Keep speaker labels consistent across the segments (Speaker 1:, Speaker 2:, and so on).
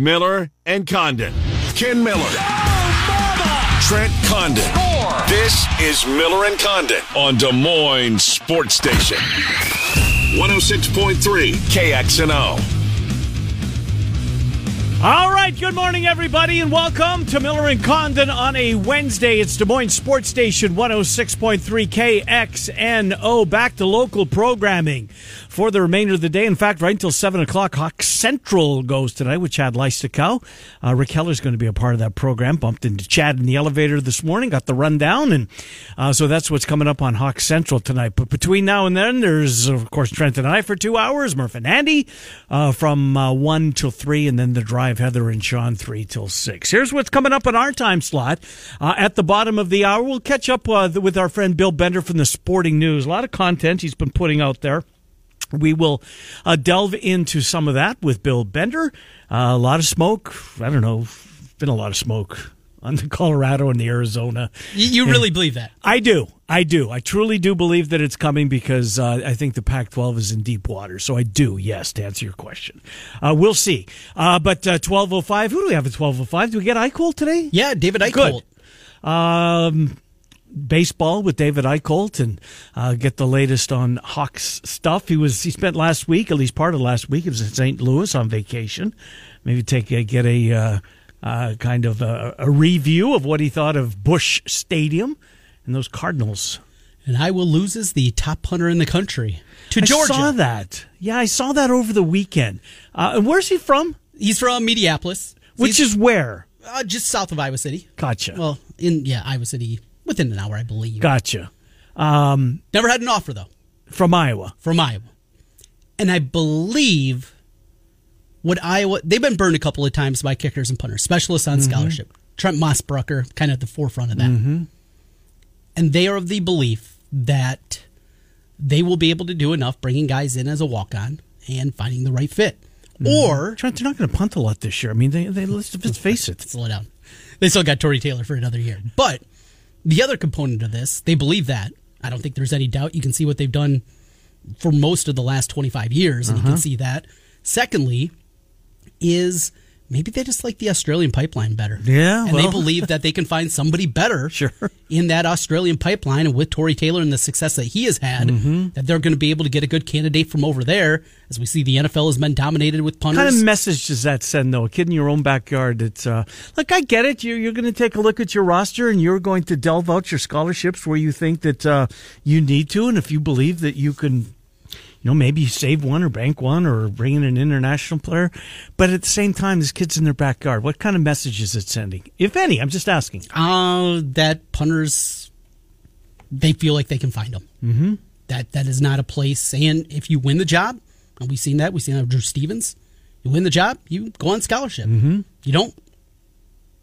Speaker 1: Miller and Condon. Ken Miller. Trent Condon. This is Miller and Condon on Des Moines Sports Station. 106.3 KXNO.
Speaker 2: All right, good morning, everybody, and welcome to Miller and Condon on a Wednesday. It's Des Moines Sports Station 106.3 KXNO. Back to local programming for the remainder of the day. In fact, right until 7 o'clock, Hawk Central goes tonight with Chad Leisticow. Uh, Rick Heller's going to be a part of that program. Bumped into Chad in the elevator this morning, got the rundown, and uh, so that's what's coming up on Hawk Central tonight. But between now and then, there's, of course, Trent and I for two hours, Murph and Andy uh, from uh, 1 till 3, and then the drive, Heather and Sean, 3 till 6. Here's what's coming up in our time slot. Uh, at the bottom of the hour, we'll catch up uh, with our friend Bill Bender from the Sporting News. A lot of content he's been putting out there. We will uh, delve into some of that with Bill Bender. Uh, a lot of smoke. I don't know. Been a lot of smoke on the Colorado and the Arizona.
Speaker 3: You, you really believe that?
Speaker 2: I do. I do. I truly do believe that it's coming because uh, I think the Pac 12 is in deep water. So I do, yes, to answer your question. Uh, we'll see. Uh, but uh, 1205, who do we have at 1205? Do we get Eichel today?
Speaker 3: Yeah, David Eicholt.
Speaker 2: Good. Um, baseball with David Eicholt and uh, get the latest on Hawks stuff. He was he spent last week, at least part of last week, he was in St. Louis on vacation. Maybe take a, get a uh, uh, kind of a, a review of what he thought of Bush Stadium and those Cardinals.
Speaker 3: And Iowa loses the top hunter in the country to Georgia.
Speaker 2: I saw that. Yeah, I saw that over the weekend. Uh, and where's he from?
Speaker 3: He's from Minneapolis,
Speaker 2: Which
Speaker 3: He's,
Speaker 2: is where?
Speaker 3: uh, just south of Iowa City.
Speaker 2: Gotcha.
Speaker 3: Well, in yeah, Iowa City, within an hour, I believe.
Speaker 2: gotcha. Um,
Speaker 3: Never had an offer though
Speaker 2: from Iowa.
Speaker 3: from Iowa, and I believe what Iowa they've been burned a couple of times by kickers and punters, specialists on scholarship. Trent Mossbrucker, kind of at the forefront of that, and they are of the belief that they will be able to do enough bringing guys in as a walk on and finding the right fit, or
Speaker 2: Trent, they're not going to punt a lot this year. I mean, they, they let's, let's face it.
Speaker 3: slow down. They still got Tory Taylor for another year. But the other component of this, they believe that. I don't think there's any doubt. You can see what they've done for most of the last 25 years, and you
Speaker 2: Uh-huh.
Speaker 3: can see that. Secondly, is maybe they just like the Australian pipeline better.
Speaker 2: Yeah,
Speaker 3: And they
Speaker 2: well.
Speaker 3: believe that they can find somebody better
Speaker 2: Sure.
Speaker 3: in that Australian pipeline and with Tory Taylor and the success that he has had,
Speaker 2: Mm-hmm.
Speaker 3: that they're going to be able to get a good candidate from over there. As we see, the NFL has been dominated with punters.
Speaker 2: kind of message does that send though? A kid in your own backyard. It's uh, like I get it. You're, you're going to take a look at your roster and you're going to delve out your scholarships where you think that uh, you need to, and if you believe that you can, you know, maybe save one or bank one or bring in an international player. But at the same time, this kid's in their backyard. What kind of message is it sending, if any? I'm just asking.
Speaker 3: Uh, that punters, they feel like they can find them. Mm-hmm. That that is not a place. And if you win the job, and we've seen that, we've seen that with Drew Stevens. You win the job, you go on scholarship. Mm-hmm. You don't,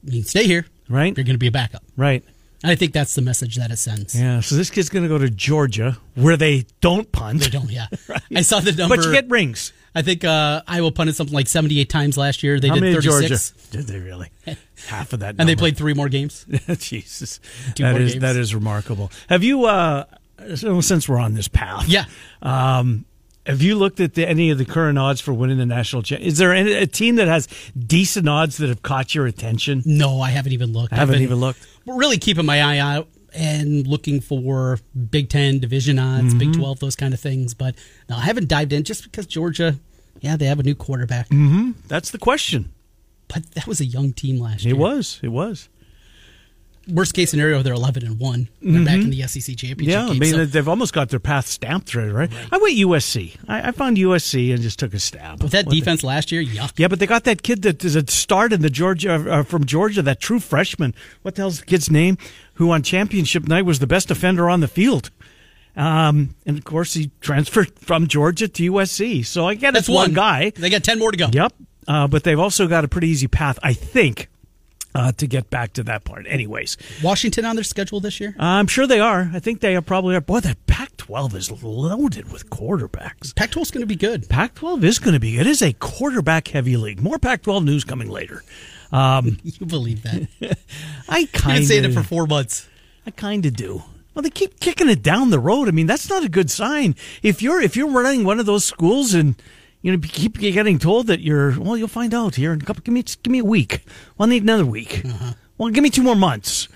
Speaker 3: you can stay here.
Speaker 2: Right.
Speaker 3: You're going to be a backup.
Speaker 2: Right.
Speaker 3: And I think that's the message that it sends.
Speaker 2: Yeah. So this kid's going to go to Georgia where they don't punt,
Speaker 3: They don't. Yeah. I saw the number.
Speaker 2: but you get rings.
Speaker 3: I think uh, Iowa punted something like 78 times last year. They
Speaker 2: How
Speaker 3: did
Speaker 2: many
Speaker 3: 36,
Speaker 2: Georgia? Did they really? Half of that.
Speaker 3: and they
Speaker 2: number.
Speaker 3: played three more games.
Speaker 2: Jesus,
Speaker 3: Two
Speaker 2: that
Speaker 3: more
Speaker 2: is
Speaker 3: games.
Speaker 2: that is remarkable. Have you? Uh, so since we're on this path,
Speaker 3: Yeah.
Speaker 2: Um, have you looked at the, any of the current odds for winning the national championship? Is there any, a team that has decent odds that have caught your attention?
Speaker 3: No, I haven't even looked.
Speaker 2: I haven't even looked.
Speaker 3: really keeping my eye out and looking for Big Ten division odds,
Speaker 2: Mm-hmm.
Speaker 3: Big Twelve, those kind of things. But no, I haven't dived in just because Georgia, yeah, they have a new quarterback,
Speaker 2: Mm-hmm. That's the question.
Speaker 3: but that was a young team last
Speaker 2: It
Speaker 3: year.
Speaker 2: was. It was.
Speaker 3: Worst case scenario, they're eleven and one. They're back in the SEC championship.
Speaker 2: Mm-hmm. Yeah, I
Speaker 3: game,
Speaker 2: mean
Speaker 3: so-
Speaker 2: they've almost got their path stamped through, right? I went USC. I, I found USC and just took a stab.
Speaker 3: with that
Speaker 2: What the-
Speaker 3: defense last year, yuck.
Speaker 2: Yeah, but they got that kid that is a start in the Georgia uh, from Georgia, that true freshman. What the hell's the kid's name? Who on championship night was the best defender on the field? Um, and of course, he transferred from Georgia to USC. So I get it's
Speaker 3: That's
Speaker 2: one,
Speaker 3: one
Speaker 2: guy.
Speaker 3: They got ten more to go.
Speaker 2: Yep. Uh, but they've also got a pretty easy path, I think, uh, to get back to that part. Anyways,
Speaker 3: Washington on their schedule this year.
Speaker 2: I'm sure they are. I think they are probably are. Boy, that Pac-12 is loaded with quarterbacks.
Speaker 3: Pac 12's going to be good.
Speaker 2: Pac 12 is going to be, it is a quarterback heavy league. More Pac 12 news coming later. Um,
Speaker 3: You believe that? You've
Speaker 2: I
Speaker 3: been
Speaker 2: kind
Speaker 3: saying it for
Speaker 2: of,
Speaker 3: four months.
Speaker 2: I kind of do. Well, they keep kicking it down the road. I mean, that's not a good sign. If you're, if you're running one of those schools and You know, you keep getting told that you're. Well, you'll find out here in a couple. Give me give me a week. Well, I need another week.
Speaker 3: Uh-huh.
Speaker 2: Well, give me two more months.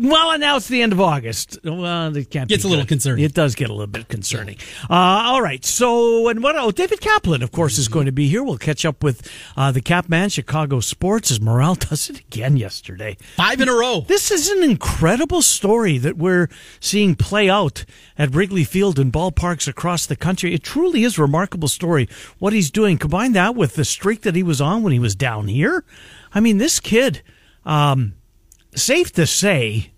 Speaker 2: Well, and now it's the end of August. Well, it can't.
Speaker 3: Gets
Speaker 2: be
Speaker 3: a little
Speaker 2: good.
Speaker 3: concerning.
Speaker 2: It does get a little bit concerning. Uh, all right. So, and what? Oh, David Kaplan, of course,
Speaker 3: Mm-hmm.
Speaker 2: is going to be here. We'll catch up with uh, the Cap Man, Chicago Sports, as Morale does it again yesterday.
Speaker 3: Five in a row.
Speaker 2: This is an incredible story that we're seeing play out at Wrigley Field and ballparks across the country. It truly is a remarkable story what he's doing. Combine that with the streak that he was on when he was down here. I mean, this kid, um, safe to say,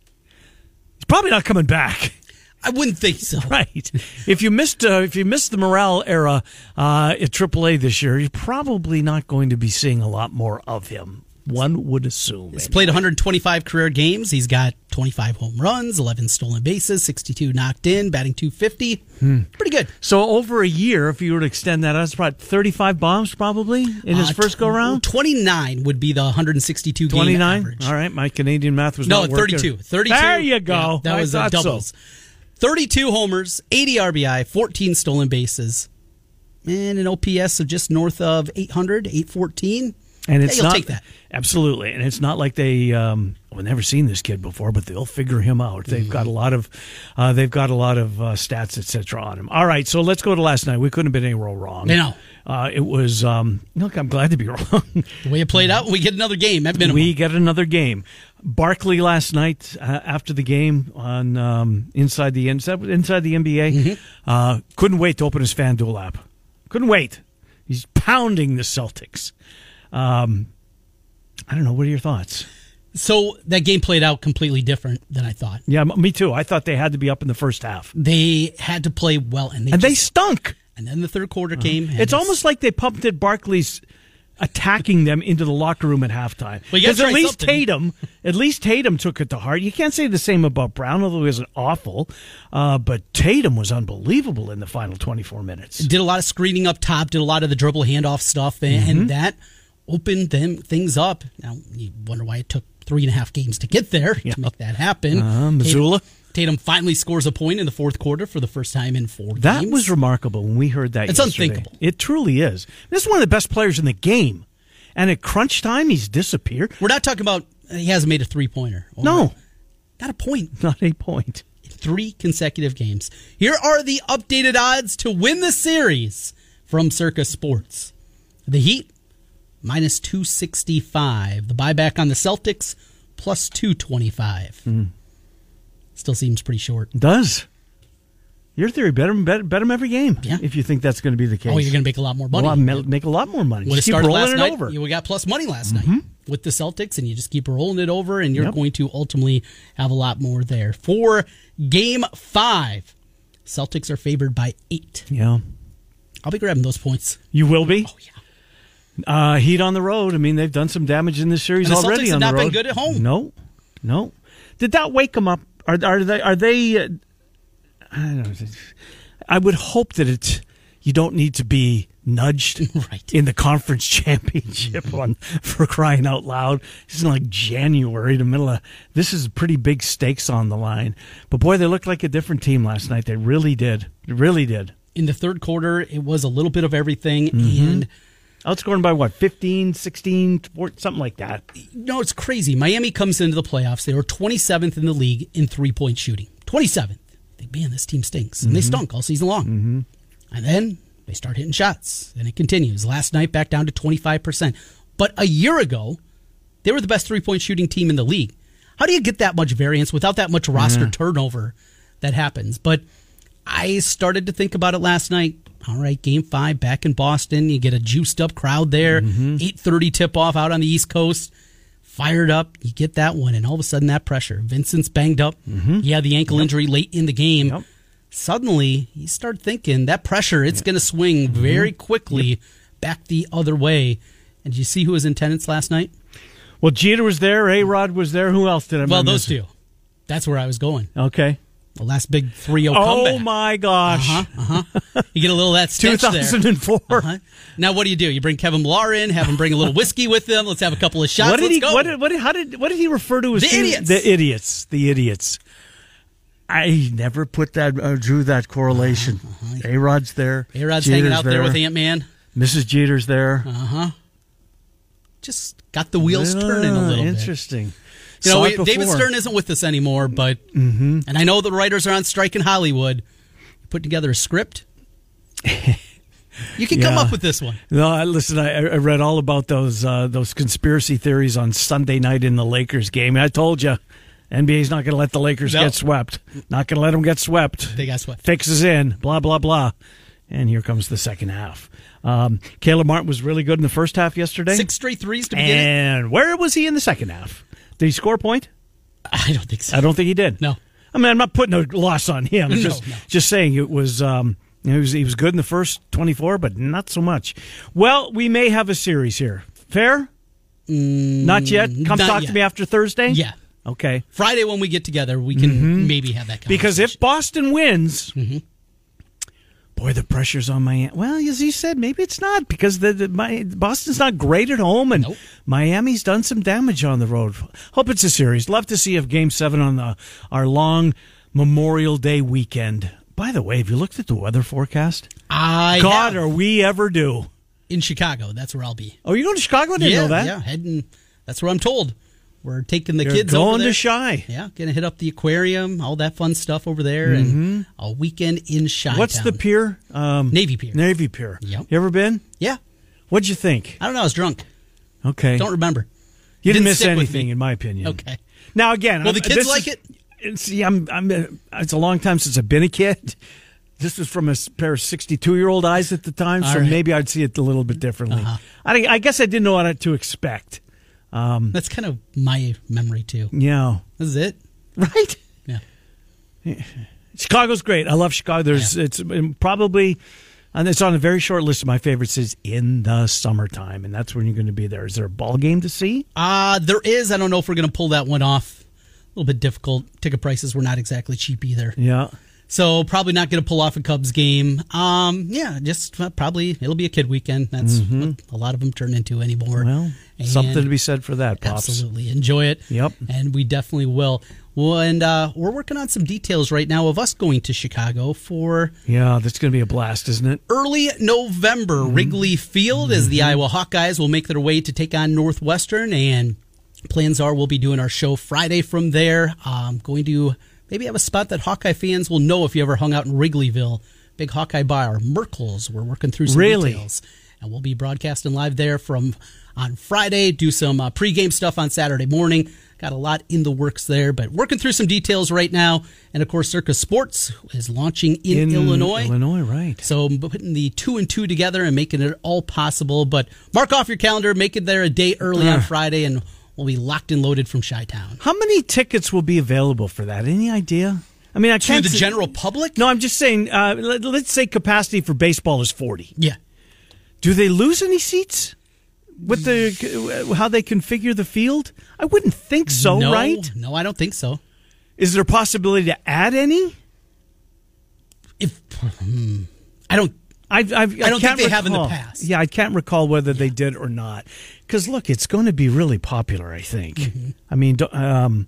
Speaker 2: he's probably not coming back.
Speaker 3: I wouldn't think so.
Speaker 2: Right. If you missed uh, if you missed the morale era uh, at AAA this year, you're probably not going to be seeing a lot more of him. One would assume.
Speaker 3: He's played 125 career games. He's got 25 home runs, 11 stolen bases, 62 knocked in, batting 250.
Speaker 2: Hmm.
Speaker 3: Pretty good.
Speaker 2: So over a year, if you were to extend that, out, it's about thirty-five bombs probably in his
Speaker 3: Uh,
Speaker 2: first go round.
Speaker 3: 29 would be the 162 game
Speaker 2: Twenty-nine.
Speaker 3: average.
Speaker 2: All right, my Canadian math was
Speaker 3: No,
Speaker 2: not working.
Speaker 3: 32. 32.
Speaker 2: There you go.
Speaker 3: Yeah, that
Speaker 2: I
Speaker 3: was uh,
Speaker 2: thought so.
Speaker 3: doubles. 32 homers, 80 RBI, 14 stolen bases, and an OPS of just north of 800, 814.
Speaker 2: And
Speaker 3: Yeah,
Speaker 2: it's
Speaker 3: you'll
Speaker 2: not
Speaker 3: take that.
Speaker 2: absolutely, and it's not like they um, we've never seen this kid before, but they'll figure him out. They've
Speaker 3: Mm-hmm.
Speaker 2: got a lot of uh, they've got a lot of uh, stats etc. on him. All right, so let's go to last night. We couldn't have been anywhere wrong.
Speaker 3: I know.
Speaker 2: uh, it was. Um, look, I'm glad to be wrong.
Speaker 3: The way it played out, we get another game at minimum.
Speaker 2: We get another game. Barkley last night uh, after the game on um, inside the inside, inside the NBA uh, couldn't wait to open his FanDuel app. Couldn't wait. He's pounding the Celtics. Um, I don't know. What are your thoughts?
Speaker 3: so that game played out completely different than I thought.
Speaker 2: Yeah, m- me too. I thought they had to be up in the first half,
Speaker 3: They had to play well, and they,
Speaker 2: and they
Speaker 3: just-
Speaker 2: stunk.
Speaker 3: and then the third quarter came. and
Speaker 2: It's almost like they pumped at Barkley's attacking them into the locker room at halftime.
Speaker 3: Well, you gotta
Speaker 2: Because at
Speaker 3: try
Speaker 2: least
Speaker 3: something.
Speaker 2: Tatum, at least Tatum took it to heart. You can't say the same about Brown, although he wasn't awful. Uh, but Tatum was unbelievable in the final 24 minutes.
Speaker 3: did a lot of screening up top, did a lot of the dribble handoff stuff, and,
Speaker 2: Mm-hmm.
Speaker 3: and that opened them things up. Now you wonder why it took three and a half games to get there to make that happen.
Speaker 2: Uh, Missoula.
Speaker 3: Tatum, Tatum finally scores a point in the fourth quarter for the first time in four.
Speaker 2: That
Speaker 3: games.
Speaker 2: was remarkable when we heard that.
Speaker 3: It's
Speaker 2: yesterday.
Speaker 3: unthinkable.
Speaker 2: It truly is. This is one of the best players in the game. And at crunch time, he's disappeared.
Speaker 3: We're not talking about uh, he hasn't made a three pointer.
Speaker 2: No,
Speaker 3: not a point.
Speaker 2: not a point.
Speaker 3: three consecutive games. Here are the updated odds to win the series from Circus Sports. The Heat, minus 265. The buyback on the Celtics, plus 225.
Speaker 2: Hmm.
Speaker 3: Still seems pretty short.
Speaker 2: Does. Your theory, bet him, bet, bet him every game
Speaker 3: Yeah.
Speaker 2: if you think that's going to be the case.
Speaker 3: Oh, you're going to make a lot more money.
Speaker 2: Well, I ma- make a lot more money.
Speaker 3: Would have
Speaker 2: Just keep
Speaker 3: started
Speaker 2: rolling
Speaker 3: last
Speaker 2: it
Speaker 3: night.
Speaker 2: over. Mm-hmm.
Speaker 3: You got plus money last night with the Celtics, and you just keep rolling it over, and you're
Speaker 2: Yep.
Speaker 3: going to ultimately have a lot more there. For game five, Celtics are favored by eight.
Speaker 2: yeah,
Speaker 3: I'll be grabbing those points.
Speaker 2: you will be.
Speaker 3: Oh, yeah.
Speaker 2: Uh, heat on the road. I mean, they've done some damage in this series
Speaker 3: And the
Speaker 2: already.
Speaker 3: Celtics have
Speaker 2: on
Speaker 3: not
Speaker 2: the
Speaker 3: been
Speaker 2: road.
Speaker 3: good at home.
Speaker 2: No, no. Did that wake them up? Are are they? Are they? Uh, I don't know. I would hope that it's you don't need to be nudged
Speaker 3: Right. Mm-hmm.
Speaker 2: in the conference championship on for crying out loud. This is like January, the middle of this is pretty big stakes on the line. But boy, they looked like a different team last night. They really did. They really did.
Speaker 3: in the third quarter it was a little bit of everything and
Speaker 2: outscoring by what 15 16 14, something like that
Speaker 3: you know it's crazy miami comes into the playoffs they were 27th in the league in three-point shooting 27th I think, man this team stinks and they stunk all season long and then they start hitting shots and it continues last night back down to 25% but a year ago they were the best three-point shooting team in the league how do you get that much variance without that much roster turnover that happens but I started to think about it last night. All right, game five back in Boston. You get a juiced up crowd there. Eight thirty tip off out on the East Coast. Fired up, you get that one, and all of a sudden that pressure. Vincent's banged up. Yeah, the ankle injury late in the game.
Speaker 2: Yep.
Speaker 3: Suddenly you start thinking that pressure it's going to swing very quickly back the other way. And did you see who was in attendance last night?
Speaker 2: well jeter was there a rod was there who else did i
Speaker 3: Well,
Speaker 2: miss?
Speaker 3: those two. That's where I was going.
Speaker 2: okay
Speaker 3: The last big 3-0
Speaker 2: oh
Speaker 3: comeback.
Speaker 2: my gosh
Speaker 3: You get a little of that stench there. Uh-huh.
Speaker 2: 2004
Speaker 3: Huh? Now, what do you do? You bring Kevin Lahr in, have him bring a little whiskey with him. Let's have a couple of shots.
Speaker 2: what did
Speaker 3: Let's
Speaker 2: he
Speaker 3: go.
Speaker 2: what did, what did how did what did he refer to as
Speaker 3: The idiots.
Speaker 2: the idiots the idiots I never put that uh, drew that correlation. A Rod's there.
Speaker 3: A Rod's Uh-huh, hanging
Speaker 2: Jeter's
Speaker 3: out there, with Uh-huh. Ant Man.
Speaker 2: Mrs. Jeter's there.
Speaker 3: Just got the wheels
Speaker 2: Ah,
Speaker 3: turning a little bit.
Speaker 2: Interesting.
Speaker 3: You know,
Speaker 2: Saw
Speaker 3: we,
Speaker 2: it
Speaker 3: David
Speaker 2: before. Mm-hmm.
Speaker 3: Stern isn't with us anymore, but and I know the writers are on strike in Hollywood. Put together a script. you can come
Speaker 2: Yeah.
Speaker 3: up with this one.
Speaker 2: No, I, listen. I, I read all about those uh, those conspiracy theories on Sunday night in the Lakers game. I told you, NBA's not going to let the Lakers
Speaker 3: No.
Speaker 2: get swept. Not going to let them get swept.
Speaker 3: They got swept.
Speaker 2: Fixes in. Blah blah blah. And here comes the second half. Um, Caleb Martin was really good in the first half yesterday.
Speaker 3: Six straight threes to begin. it.
Speaker 2: And where was he in the second half? Did he score a point?
Speaker 3: I don't think so.
Speaker 2: I don't think he did.
Speaker 3: No.
Speaker 2: I mean, I'm not putting a loss on him. just,
Speaker 3: no.
Speaker 2: just saying it was. Um, you know, he was he was good in the first 24, but not so much. Well, we may have a series here. Fair? not yet. Come
Speaker 3: Mm, not
Speaker 2: talk
Speaker 3: yet.
Speaker 2: to me after Thursday.
Speaker 3: Yeah.
Speaker 2: Okay.
Speaker 3: Friday when we get together, we can maybe have that.
Speaker 2: Mm-hmm. Because
Speaker 3: conversation.
Speaker 2: if Boston wins,
Speaker 3: Mm-hmm.
Speaker 2: boy, the pressure's on Miami. Well, as he said, maybe it's not because the, the my, Boston's not great at home, and
Speaker 3: Nope.
Speaker 2: Miami's done some damage on the road. Hope it's a series. Love to see if Game Seven on the our long Memorial Day weekend. By the way, have you looked at the weather forecast?
Speaker 3: I
Speaker 2: God,
Speaker 3: have-
Speaker 2: are we ever due?
Speaker 3: in Chicago, that's where I'll be.
Speaker 2: Oh, you going to Chicago? I didn't
Speaker 3: yeah,
Speaker 2: know that.
Speaker 3: yeah, heading. That's where I'm told. We're taking the
Speaker 2: You're
Speaker 3: kids
Speaker 2: going
Speaker 3: over there.
Speaker 2: to Shy.
Speaker 3: yeah, gonna hit up the aquarium, all that fun stuff over there, and a weekend in Chi.
Speaker 2: Mm-hmm. What's the pier? Um,
Speaker 3: Navy Pier?
Speaker 2: Navy Pier.
Speaker 3: Yep.
Speaker 2: You ever been?
Speaker 3: yeah,
Speaker 2: What'd you think?
Speaker 3: I don't know. I was drunk.
Speaker 2: Okay.
Speaker 3: Don't remember.
Speaker 2: you didn't,
Speaker 3: didn't
Speaker 2: miss
Speaker 3: stick with
Speaker 2: anything,
Speaker 3: me.
Speaker 2: in my opinion.
Speaker 3: Okay.
Speaker 2: Now again,
Speaker 3: Will the
Speaker 2: I'm-
Speaker 3: kids
Speaker 2: this
Speaker 3: like
Speaker 2: is-
Speaker 3: it?
Speaker 2: See, I'm, I'm. uh, It's a long time since I've been a kid. This was from a s- pair of sixty-two-year-old eyes at the time, so
Speaker 3: All right. Uh-huh.
Speaker 2: maybe I'd see it a little bit differently. I, think- I guess I didn't know what to expect. Mm.
Speaker 3: That's kind of my memory too.
Speaker 2: Yeah,
Speaker 3: This is it.
Speaker 2: right.
Speaker 3: Yeah.
Speaker 2: Chicago's great. I love Chicago. There's it's um, probably and it's on a very short list of my favorites. Is in the summertime, and that's when you're going to be there. Is there a ball game to see?
Speaker 3: Uh there is. I don't know if we're gonna pull that one off. A little bit difficult. Ticket prices were not exactly cheap either.
Speaker 2: Yeah.
Speaker 3: So probably not going to pull off a Cubs game. Um, yeah, just uh, probably it'll be a kid weekend. That's what a lot of them turn into anymore.
Speaker 2: Mm-hmm. Well,
Speaker 3: And
Speaker 2: something to be said for that, pops.
Speaker 3: Absolutely enjoy it.
Speaker 2: Yep.
Speaker 3: and we definitely will. Well, and uh, we're working on some details right now of us going to Chicago for
Speaker 2: Yeah, that's going to be a blast, isn't it?
Speaker 3: early November. Wrigley Field as the Iowa Hawkeyes will make their way to take on Northwestern, and plans are we'll be doing our show Friday from there. Um, going to maybe have a spot that Hawkeye fans will know if you ever hung out in Wrigleyville, big Hawkeye bar, Merkel's. We're working through some
Speaker 2: Really?
Speaker 3: details, and we'll be broadcasting live there from on Friday. Do some uh, pregame stuff on Saturday morning. Got a lot in the works there, but working through some details right now. And of course, Circus Sports is launching in, Illinois.
Speaker 2: Illinois, right.
Speaker 3: So I'm putting the two and two together and making it all possible. But mark off your calendar, make it there a day early on Friday, and we'll be locked and loaded from Chi Town.
Speaker 2: How many tickets will be available for that? Any idea? I mean, I
Speaker 3: To
Speaker 2: can't.
Speaker 3: the general public?
Speaker 2: No, I'm just saying, uh, let, let's say capacity for baseball is 40.
Speaker 3: Yeah.
Speaker 2: Do they lose any seats? With the uh, how they configure the field, I wouldn't think so.
Speaker 3: no,
Speaker 2: Right?
Speaker 3: No, I don't think so.
Speaker 2: Is there a possibility to add any?
Speaker 3: If hmm. I don't,
Speaker 2: I've, I've, I
Speaker 3: I don't think
Speaker 2: can't
Speaker 3: they
Speaker 2: recall.
Speaker 3: have in the past.
Speaker 2: Yeah, I can't recall whether they did or not. Because look, it's going to be really popular. I think.
Speaker 3: Mm-hmm.
Speaker 2: I mean, do- um,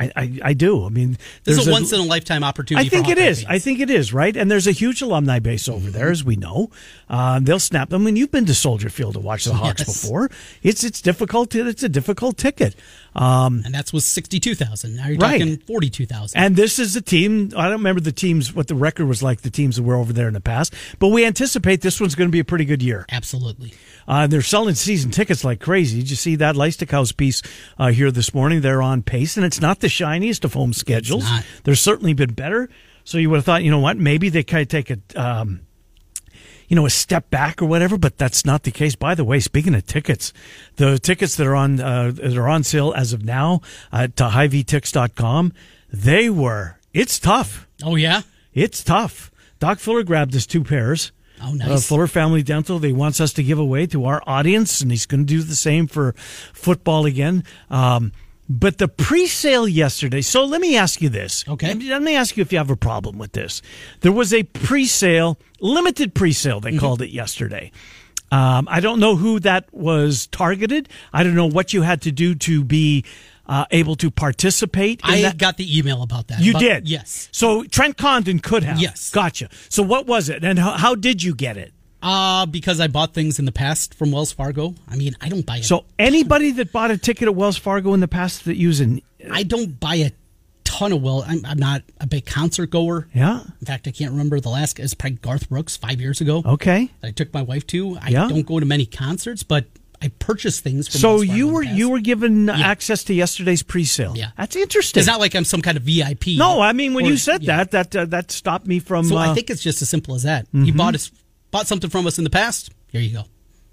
Speaker 2: I, I I do. I mean,
Speaker 3: this
Speaker 2: there's
Speaker 3: is a once in a lifetime opportunity.
Speaker 2: I think
Speaker 3: for
Speaker 2: it
Speaker 3: Hawkeye
Speaker 2: is. I
Speaker 3: fans.
Speaker 2: think it is right. And there's a huge alumni base over there, as we know. Um, they'll snap them. And you've been to Soldier Field to watch the Hawks
Speaker 3: Yes.
Speaker 2: before. It's it's difficult. It's a difficult ticket. Um,
Speaker 3: and that's was sixty-two thousand. Now you're
Speaker 2: Right.
Speaker 3: talking forty-two thousand.
Speaker 2: and this is the team. I don't remember the teams what the record was like. The teams that were over there in the past, but we anticipate this one's going to be a pretty good year.
Speaker 3: Absolutely.
Speaker 2: Uh, they're selling season tickets like crazy. Did you see that Leistikhaus piece uh, here this morning? They're on pace, and it's not the shiniest of home schedules.
Speaker 3: not.
Speaker 2: There's certainly been better. So you would have thought, you know what? Maybe they kind of take a, um, you know, a step back or whatever. But that's not the case. By the way, speaking of tickets, the tickets that are on uh, that are on sale as of now uh, to highvtix.com, they were. It's tough.
Speaker 3: Oh yeah.
Speaker 2: It's tough. Doc Fuller grabbed us two pairs. Uh,
Speaker 3: Oh, nice.
Speaker 2: Fuller Family Dental. They wants us to give away to our audience, and he's going to do the same for football again. Um, but the pre-sale yesterday. So let me ask you this.
Speaker 3: Okay.
Speaker 2: Let me ask you if you have a problem with this. There was a pre-sale, limited pre-sale.
Speaker 3: Mm-hmm.
Speaker 2: They called it yesterday. Um, I don't know who that was targeted. I don't know what you had to do to be uh, able to participate. in
Speaker 3: I
Speaker 2: that?
Speaker 3: got the email about that.
Speaker 2: You
Speaker 3: About-
Speaker 2: did?
Speaker 3: Yes.
Speaker 2: So Trent Condon could have.
Speaker 3: Yes.
Speaker 2: Gotcha. So what was it? And how, how did you get it?
Speaker 3: Uh, because I bought things in the past from Wells Fargo. I mean, I don't buy a,
Speaker 2: So anybody that bought a ticket at Wells Fargo in the past that used an.
Speaker 3: I don't buy a ton of Wells. I'm, I'm not a big concert goer.
Speaker 2: Yeah.
Speaker 3: In fact, I can't remember the last. It's probably Garth Brooks five years ago.
Speaker 2: Okay.
Speaker 3: That I took my wife to. I
Speaker 2: Yeah.
Speaker 3: don't go to many concerts, but I purchase things. From
Speaker 2: So
Speaker 3: Wells Fargo
Speaker 2: you
Speaker 3: in the
Speaker 2: were
Speaker 3: past.
Speaker 2: you were given access to yesterday's pre-sale.
Speaker 3: Yeah.
Speaker 2: That's interesting.
Speaker 3: It's not like I'm some kind of VIP.
Speaker 2: no, I mean when
Speaker 3: Or-
Speaker 2: you said
Speaker 3: yeah.
Speaker 2: that that uh, that stopped me from
Speaker 3: So
Speaker 2: uh, Mm-hmm.
Speaker 3: I think it's just as simple as that. You bought us bought something from us in the past. Here you go.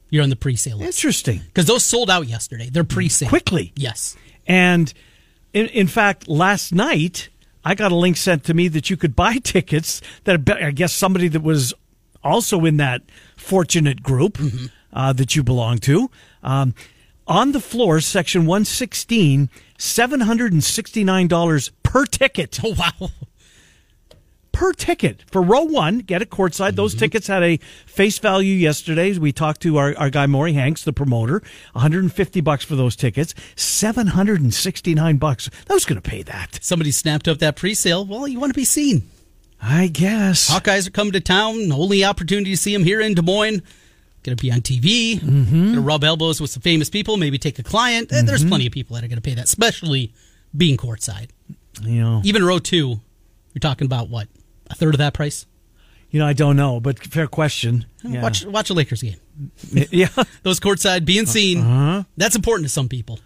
Speaker 3: You're on the pre-sale list
Speaker 2: interesting.
Speaker 3: because those sold out yesterday. They're
Speaker 2: Mm.
Speaker 3: pre-sale
Speaker 2: Quickly.
Speaker 3: Yes.
Speaker 2: And in, in fact, last night I got a link sent to me that you could buy tickets that be- I guess somebody that was also in that fortunate group uh, that you belong to. Um, on the floor, section 116, $769 per ticket.
Speaker 3: Oh wow.
Speaker 2: per ticket for row one. Get it courtside. Those tickets had a face value yesterday. We talked to our, our guy Maury Hanks, the promoter. 150 bucks for those tickets. 769 bucks. Who's going to pay that?
Speaker 3: Somebody snapped up that pre-sale. Well, you want to be seen.
Speaker 2: I guess.
Speaker 3: Hawkeyes are coming to town. Only opportunity to see them here in Des Moines. Going to be on TV.
Speaker 2: Mm-hmm.
Speaker 3: Going to rub elbows with some famous people. Maybe take a client. Eh, There's plenty of people that are going to pay that, especially being courtside.
Speaker 2: You know.
Speaker 3: Even row two, you're talking about what a third of that price.
Speaker 2: You know. I don't know, but fair question. Yeah.
Speaker 3: Watch watch a Lakers game.
Speaker 2: yeah.
Speaker 3: those courtside being seen
Speaker 2: Uh-huh.
Speaker 3: that's important to some people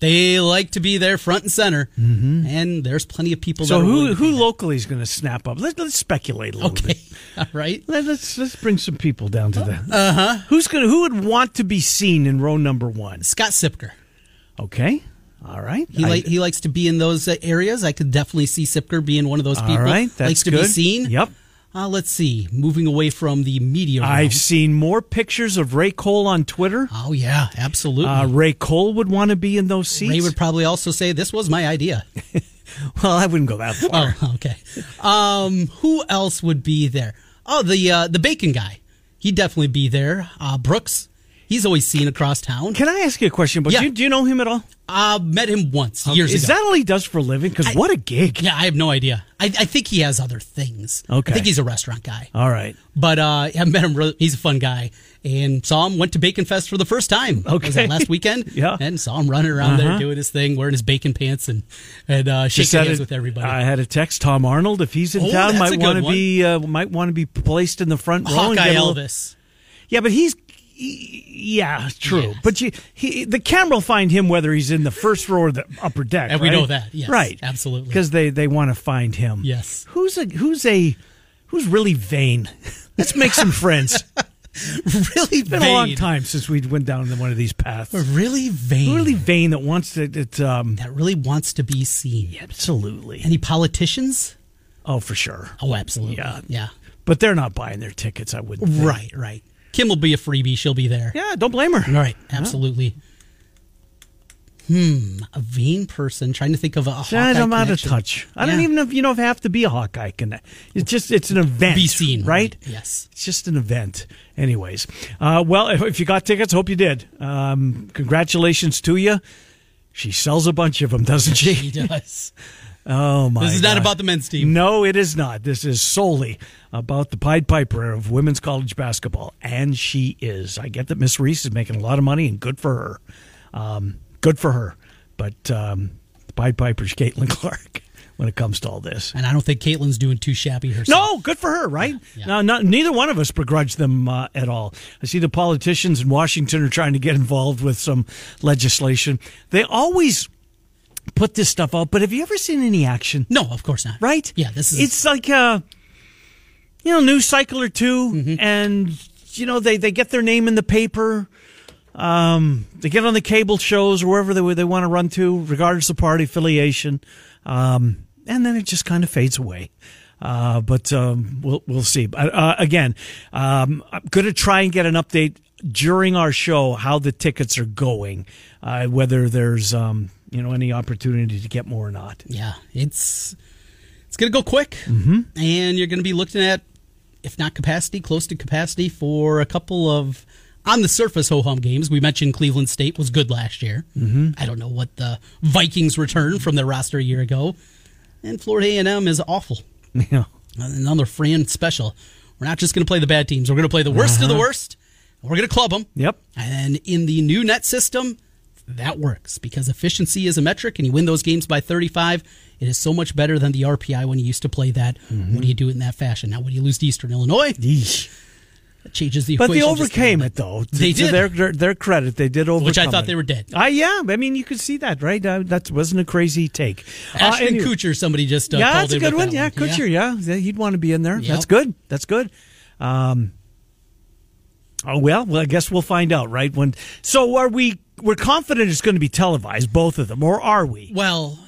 Speaker 3: they like to be there front and center and there's plenty of people
Speaker 2: Mm-hmm. So
Speaker 3: that are willing
Speaker 2: who
Speaker 3: to
Speaker 2: who
Speaker 3: do that.
Speaker 2: locally is going to snap up? Let, let's speculate a little bit.
Speaker 3: okay Oh, all right
Speaker 2: Let, let's let's bring some people down to that. Uh
Speaker 3: uh-huh.
Speaker 2: huh. Who's gonna who would want to be seen in row number one?
Speaker 3: scott sipker
Speaker 2: Okay. All right.
Speaker 3: he,
Speaker 2: I-
Speaker 3: li- he likes to be in those uh, areas i could definitely see sipker being one of those people
Speaker 2: All right, that's
Speaker 3: likes to
Speaker 2: good.
Speaker 3: be seen
Speaker 2: Yep.
Speaker 3: uh, let's see moving away from the media realm.
Speaker 2: I've seen more pictures of Ray Cole on Twitter.
Speaker 3: oh yeah absolutely
Speaker 2: Uh, Ray Cole would want to be in those seats.
Speaker 3: Ray would probably also say this was my idea.
Speaker 2: well, I wouldn't go that far.
Speaker 3: Oh, okay. Um, who else would be there? Oh, the uh, the bacon guy. He'd definitely be there. Uh, Brooks. He's always seen across town.
Speaker 2: Can I ask you a question? But
Speaker 3: Yeah.
Speaker 2: do, you, do you know him at all?
Speaker 3: Uh, met him once years
Speaker 2: Um, Is
Speaker 3: ago.
Speaker 2: that all he does for a living? Because what a gig!
Speaker 3: yeah, I have no idea. I, I think he has other things.
Speaker 2: Okay.
Speaker 3: I think he's a restaurant guy.
Speaker 2: All right.
Speaker 3: But uh, I met him. Really, he's a fun guy, and saw him. Went to Bacon Fest for the first time.
Speaker 2: Okay.
Speaker 3: was that last weekend.
Speaker 2: Yeah. Uh-huh.
Speaker 3: and saw him running around there doing his thing, wearing his bacon pants and and uh,
Speaker 2: Just
Speaker 3: shaking
Speaker 2: had
Speaker 3: hands
Speaker 2: a-
Speaker 3: with everybody.
Speaker 2: I had a text. Tom Arnold, if he's in
Speaker 3: Oh,
Speaker 2: town,
Speaker 3: that's a
Speaker 2: might
Speaker 3: good
Speaker 2: want to
Speaker 3: one.
Speaker 2: be uh, might want to be placed in the front row. and
Speaker 3: Hawkeye
Speaker 2: get a little-
Speaker 3: Elvis.
Speaker 2: Yeah, but he's. Yeah, true.
Speaker 3: Yes.
Speaker 2: But you, he, the camera will find him whether he's in the first row or the upper deck.
Speaker 3: And we
Speaker 2: right?
Speaker 3: know that, yes,
Speaker 2: right?
Speaker 3: absolutely.
Speaker 2: because they they want to find him.
Speaker 3: Yes.
Speaker 2: Who's a who's a who's really vain? Let's make some friends. It's
Speaker 3: really
Speaker 2: been
Speaker 3: vain.
Speaker 2: a long time since we went down one of these paths.
Speaker 3: Really vain.
Speaker 2: Really vain that wants to. It, um,
Speaker 3: that really wants to be seen.
Speaker 2: absolutely.
Speaker 3: Any politicians?
Speaker 2: Oh, for sure.
Speaker 3: Oh, absolutely.
Speaker 2: Yeah.
Speaker 3: Yeah.
Speaker 2: But they're not buying their tickets. I wouldn't. think.
Speaker 3: Right, right. Kim will be a freebie. She'll be there.
Speaker 2: Yeah. Don't blame her.
Speaker 3: All right. Absolutely. Hmm. A vain person trying to think of a Hawkeye
Speaker 2: Yeah, I'm out of
Speaker 3: connection.
Speaker 2: touch. I don't
Speaker 3: Yeah.
Speaker 2: even know if you know if I have to be a Hawkeye connect. It's just it's an event.
Speaker 3: Be seen.
Speaker 2: right?
Speaker 3: Yes.
Speaker 2: It's just an event. Anyways, uh, well, if, if you got tickets, hope you did. Um, congratulations to you. She sells a bunch of them, doesn't she?
Speaker 3: He does.
Speaker 2: Oh my!
Speaker 3: This is not
Speaker 2: God.
Speaker 3: about the men's team.
Speaker 2: No, it is not. This is solely about the Pied Piper of women's college basketball, and she is. I get that Miss Reese is making a lot of money, and good for her. Um, good for her. But um, the Pied Piper's Caitlin Clark when it comes to all this.
Speaker 3: And I don't think Caitlin's doing too shabby herself.
Speaker 2: No, good for her, right?
Speaker 3: Yeah.
Speaker 2: No, not, neither one of us begrudge them uh, at all. I see the politicians in Washington are trying to get involved with some legislation. They always put this stuff out, but have you ever seen any action?
Speaker 3: No, of course not.
Speaker 2: right?
Speaker 3: Yeah, this is
Speaker 2: it's like a you know news cycle or 2
Speaker 3: Mm-hmm.
Speaker 2: and you know they they get their name in the paper. Um, they get on the cable shows or wherever they they want to run to, regardless of party affiliation, um, and then it just kind of fades away. Uh, but um, we'll we'll see. Uh, uh, again, um, I'm going to try and get an update during our show how the tickets are going, uh, whether there's um, you know any opportunity to get more or not.
Speaker 3: Yeah, it's it's gonna go quick, mm-hmm. and you're gonna be looking at, if not capacity, close to capacity for a couple of on the surface, ho hum games. We mentioned Cleveland State was good last year. Mm-hmm. I don't know what the Vikings returned from their roster a year ago, and Florida A and M is awful.
Speaker 2: Yeah.
Speaker 3: Another friend special. We're not just going to play the bad teams. We're going to play the worst of the worst. And we're going to club them.
Speaker 2: Uh-huh. Yep.
Speaker 3: And in the new net system, that works because efficiency is a metric and you win those games by 35. It is so much better than the RPI when you used to play that.
Speaker 2: Mm-hmm.
Speaker 3: What do you do it in that fashion? Now, when you lose to Eastern Illinois, that changes the
Speaker 2: But they
Speaker 3: equation. just a
Speaker 2: overcame
Speaker 3: little
Speaker 2: it though.
Speaker 3: They
Speaker 2: to
Speaker 3: did.
Speaker 2: Their, their their credit, they did overcome.
Speaker 3: Which I thought
Speaker 2: it.
Speaker 3: they were dead.
Speaker 2: Ah, yeah. I mean, you could see that, right? Uh, that wasn't a crazy take.
Speaker 3: bit. Ashton
Speaker 2: uh, anyway.
Speaker 3: Kutcher, somebody just uh,
Speaker 2: Yeah,
Speaker 3: called
Speaker 2: that's a
Speaker 3: in
Speaker 2: good
Speaker 3: with
Speaker 2: one.
Speaker 3: that
Speaker 2: Yeah, Kutcher. Yeah. yeah, he'd want to be in there. That's
Speaker 3: Yep.
Speaker 2: good. That's good. Um, oh well, well, I guess we'll find out, right? When so are we? We're confident it's going to be televised, both of them, or are we?
Speaker 3: Well,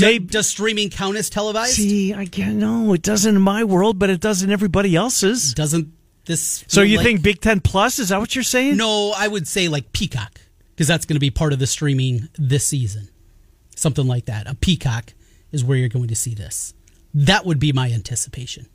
Speaker 2: Maybe.
Speaker 3: does streaming count as televised?
Speaker 2: See, I can't. No, it doesn't in my world, but it does in everybody else's.
Speaker 3: Doesn't this.
Speaker 2: So
Speaker 3: feel
Speaker 2: you
Speaker 3: like-
Speaker 2: think Big Ten Plus is that what you're saying?
Speaker 3: No, I would say like Peacock because that's going to be part of the streaming this season. Something like that. A Peacock is where you're going to see this. That would be my anticipation.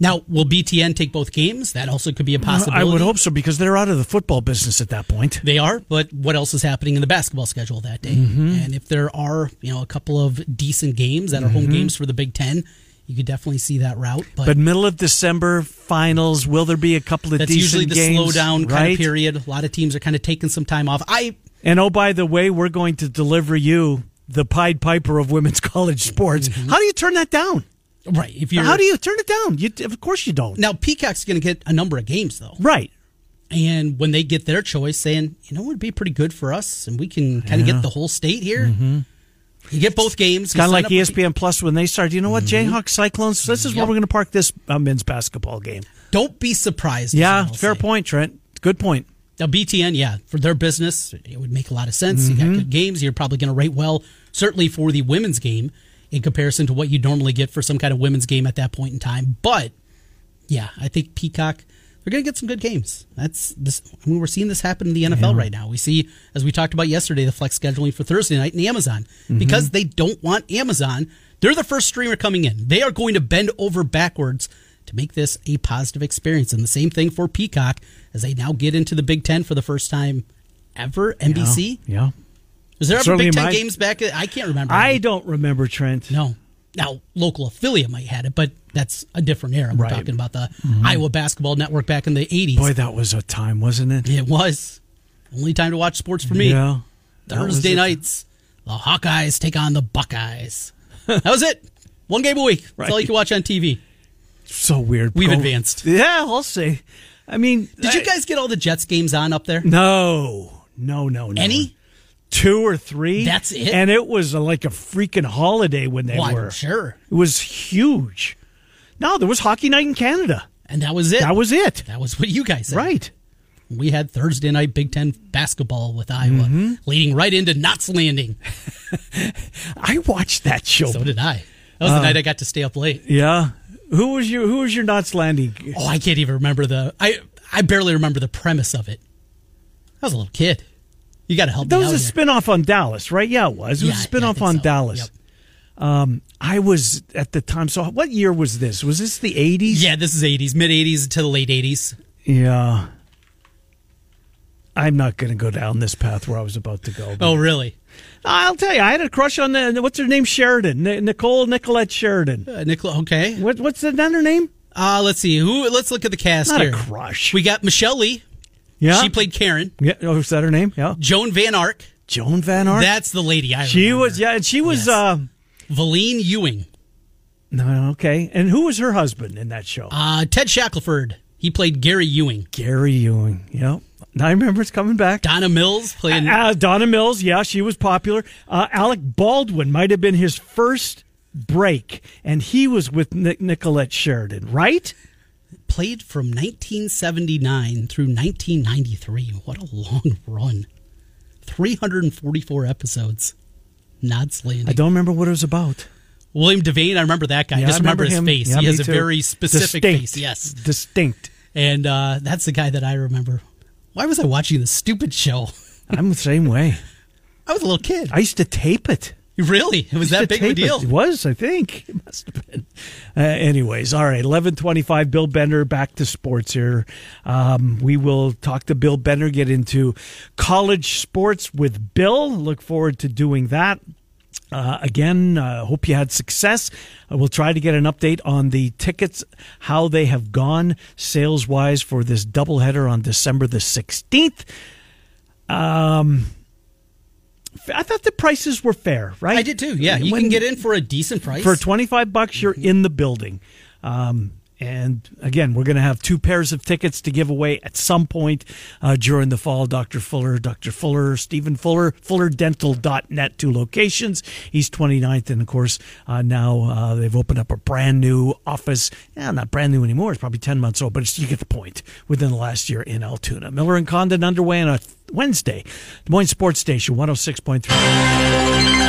Speaker 3: Now, will BTN take both games? That also could be a possibility.
Speaker 2: I would hope so because they're out of the football business at that point.
Speaker 3: They are, but what else is happening in the basketball schedule that day?
Speaker 2: Mm-hmm.
Speaker 3: And if there are, you know, a couple of decent games that are home games for the Big Ten, you could definitely see that route. But,
Speaker 2: Mm-hmm. But middle of December finals, will there be a couple of
Speaker 3: that's
Speaker 2: decent
Speaker 3: usually the
Speaker 2: games?
Speaker 3: slowdown kind
Speaker 2: right?
Speaker 3: of period. A lot of teams are kind of taking some time off. I
Speaker 2: And oh, by the way, we're going to deliver you the Pied Piper of women's college sports. How do you turn that down?
Speaker 3: right if Mm-hmm. you're
Speaker 2: How do you turn it down? You, of course you don't.
Speaker 3: now Peacock's going to get a number of games though,
Speaker 2: Right.
Speaker 3: and when they get their choice, saying you know it would be pretty good for us, and we can kind of get the whole state here. You get both games, you
Speaker 2: Kind of Mm-hmm.
Speaker 3: sign
Speaker 2: like E
Speaker 3: up for- Mm-hmm.
Speaker 2: ESPN Plus when they started. You know what, Jayhawk Cyclones? This is where
Speaker 3: Yep.
Speaker 2: we're going to park this uh, men's basketball game.
Speaker 3: Don't be surprised. is
Speaker 2: Yeah,
Speaker 3: what I'll
Speaker 2: fair
Speaker 3: say.
Speaker 2: point, Trent. Good point.
Speaker 3: Now BTN, yeah, for their business, it would make a lot of sense.
Speaker 2: Mm-hmm.
Speaker 3: You got good games. You're probably going to rate well, certainly for the women's game in comparison to what you normally get for some kind of women's game at that point in time. But yeah, I think Peacock, they're going to get some good games. That's this. I mean, we're seeing this happen in the NFL right now. We see, as we talked about yesterday, the flex scheduling for Thursday night and Amazon
Speaker 2: Mm-hmm.
Speaker 3: because they don't want Amazon. They're the first streamer coming in. They are going to bend over backwards to make this a positive experience. And the same thing for Peacock as they now get into the Big Ten for the first time ever. NBC
Speaker 2: Oh, Yeah.
Speaker 3: was there ever
Speaker 2: Certainly
Speaker 3: Big Ten
Speaker 2: my-
Speaker 3: games back? I can't remember.
Speaker 2: I don't remember, Trent.
Speaker 3: No. Now, local affiliate might had it, but that's a different era. We're
Speaker 2: Right. Mm-hmm.
Speaker 3: talking about the Iowa Basketball Network back in the 80s.
Speaker 2: Boy, that was a time, wasn't it?
Speaker 3: it was. Only time to watch sports for me.
Speaker 2: Yeah. That was
Speaker 3: Thursday
Speaker 2: it.
Speaker 3: nights, the Hawkeyes take on the Buckeyes. that was it. One game a week. That's all you
Speaker 2: Right.
Speaker 3: can watch on TV.
Speaker 2: So weird.
Speaker 3: We've
Speaker 2: Go-
Speaker 3: advanced.
Speaker 2: Yeah, I'll say. I mean,
Speaker 3: Did
Speaker 2: I-
Speaker 3: you guys get all the Jets games on up there?
Speaker 2: No, no, no, no.
Speaker 3: Any?
Speaker 2: Two or three.
Speaker 3: That's it?
Speaker 2: And it was uh, like a freaking holiday when they
Speaker 3: Well, I'm
Speaker 2: were.
Speaker 3: sure.
Speaker 2: It was huge. No, there was hockey night in Canada.
Speaker 3: And that was it.
Speaker 2: That was it.
Speaker 3: That was what you guys said.
Speaker 2: Right.
Speaker 3: We had Thursday night Big Ten basketball with Iowa,
Speaker 2: Mm-hmm.
Speaker 3: leading right into Knott's Landing.
Speaker 2: I watched that show.
Speaker 3: So did I. That was the
Speaker 2: Uh.
Speaker 3: night I got to stay up late.
Speaker 2: yeah. Who was your Who was your Knots landing?
Speaker 3: Oh, I can't even remember the. I I barely remember the premise of it. I was a little kid. You got to help
Speaker 2: That
Speaker 3: me
Speaker 2: was
Speaker 3: out
Speaker 2: a
Speaker 3: here.
Speaker 2: spin off on Dallas, right? Yeah, it was. It was
Speaker 3: Yeah,
Speaker 2: a
Speaker 3: I-
Speaker 2: spin
Speaker 3: I
Speaker 2: off
Speaker 3: think
Speaker 2: on
Speaker 3: so.
Speaker 2: Dallas.
Speaker 3: Yep.
Speaker 2: Um, I was at the time. So, what year was this? Was this the 80s?
Speaker 3: Yeah, this is '80s, mid '80s to the late '80s.
Speaker 2: Yeah. I'm not going to go down this path where I was about to go. but-
Speaker 3: Oh, really?
Speaker 2: I'll tell you, I had a crush on the what's her name Sheridan, Ni- Nicole Nicolette Sheridan.
Speaker 3: Uh, Nicola, okay.
Speaker 2: What what's the then her name?
Speaker 3: Uh, let's see. Who? Let's look at the cast
Speaker 2: Not a
Speaker 3: here.
Speaker 2: crush.
Speaker 3: We got Michelle Lee.
Speaker 2: yeah,
Speaker 3: She played Karen.
Speaker 2: Yeah, oh, is that her name? Yeah,
Speaker 3: Joan Van Ark.
Speaker 2: Joan Van Ark.
Speaker 3: That's the lady I
Speaker 2: she
Speaker 3: remember.
Speaker 2: was. Yeah, and she was.
Speaker 3: Yes.
Speaker 2: Uh,
Speaker 3: Valine Ewing.
Speaker 2: no, no, okay. And who was her husband in that show?
Speaker 3: Uh, Ted Shackelford. He played Gary Ewing.
Speaker 2: Gary Ewing. Yeah, I remember it's coming back.
Speaker 3: Donna Mills played.
Speaker 2: Uh, Donna Mills, yeah, she was popular. Uh, Alec Baldwin might have been his first break, and he was with Ni- Nicolette Sheridan, right?
Speaker 3: played from 1979 through 1993. What a long run. 344 episodes. Nods
Speaker 2: I
Speaker 3: Landing.
Speaker 2: don't remember what it was about.
Speaker 3: William Devane, I remember that guy. I
Speaker 2: Yeah,
Speaker 3: just remember,
Speaker 2: him.
Speaker 3: his face.
Speaker 2: Yeah, me
Speaker 3: he has a
Speaker 2: too.
Speaker 3: very specific
Speaker 2: Distinct.
Speaker 3: face, yes.
Speaker 2: Distinct.
Speaker 3: And uh, that's the guy that I remember. Why was I watching this stupid show?
Speaker 2: I'm the same way.
Speaker 3: I was a little kid.
Speaker 2: I used to tape it.
Speaker 3: Really? It was that
Speaker 2: the
Speaker 3: big of a
Speaker 2: tape,
Speaker 3: deal.
Speaker 2: It was, I think. It must have been. Uh, anyways, all right, 1125, Bill Bender, back to sports here. Um, we will talk to Bill Bender, get into college sports with Bill. Look forward to doing that. Uh, again, uh, hope you had success. I will try to get an update on the tickets, how they have gone sales wise for this doubleheader on December the 16th. I thought the prices were fair, right?
Speaker 3: I did too. Yeah, you
Speaker 2: When-
Speaker 3: can get in for a decent price.
Speaker 2: for 25 bucks you're in the building um, and again we're going to have two pairs of tickets to give away at some point uh, during the fall dr fuller dr fuller stephen fuller fullerdental.net two locations east 29th and of course uh, now uh, they've opened up a brand new office yeah, not brand new anymore it's probably 10 months old but it's, you get the point within the last year in altoona miller and condon underway on a wednesday des moines sports station 106.3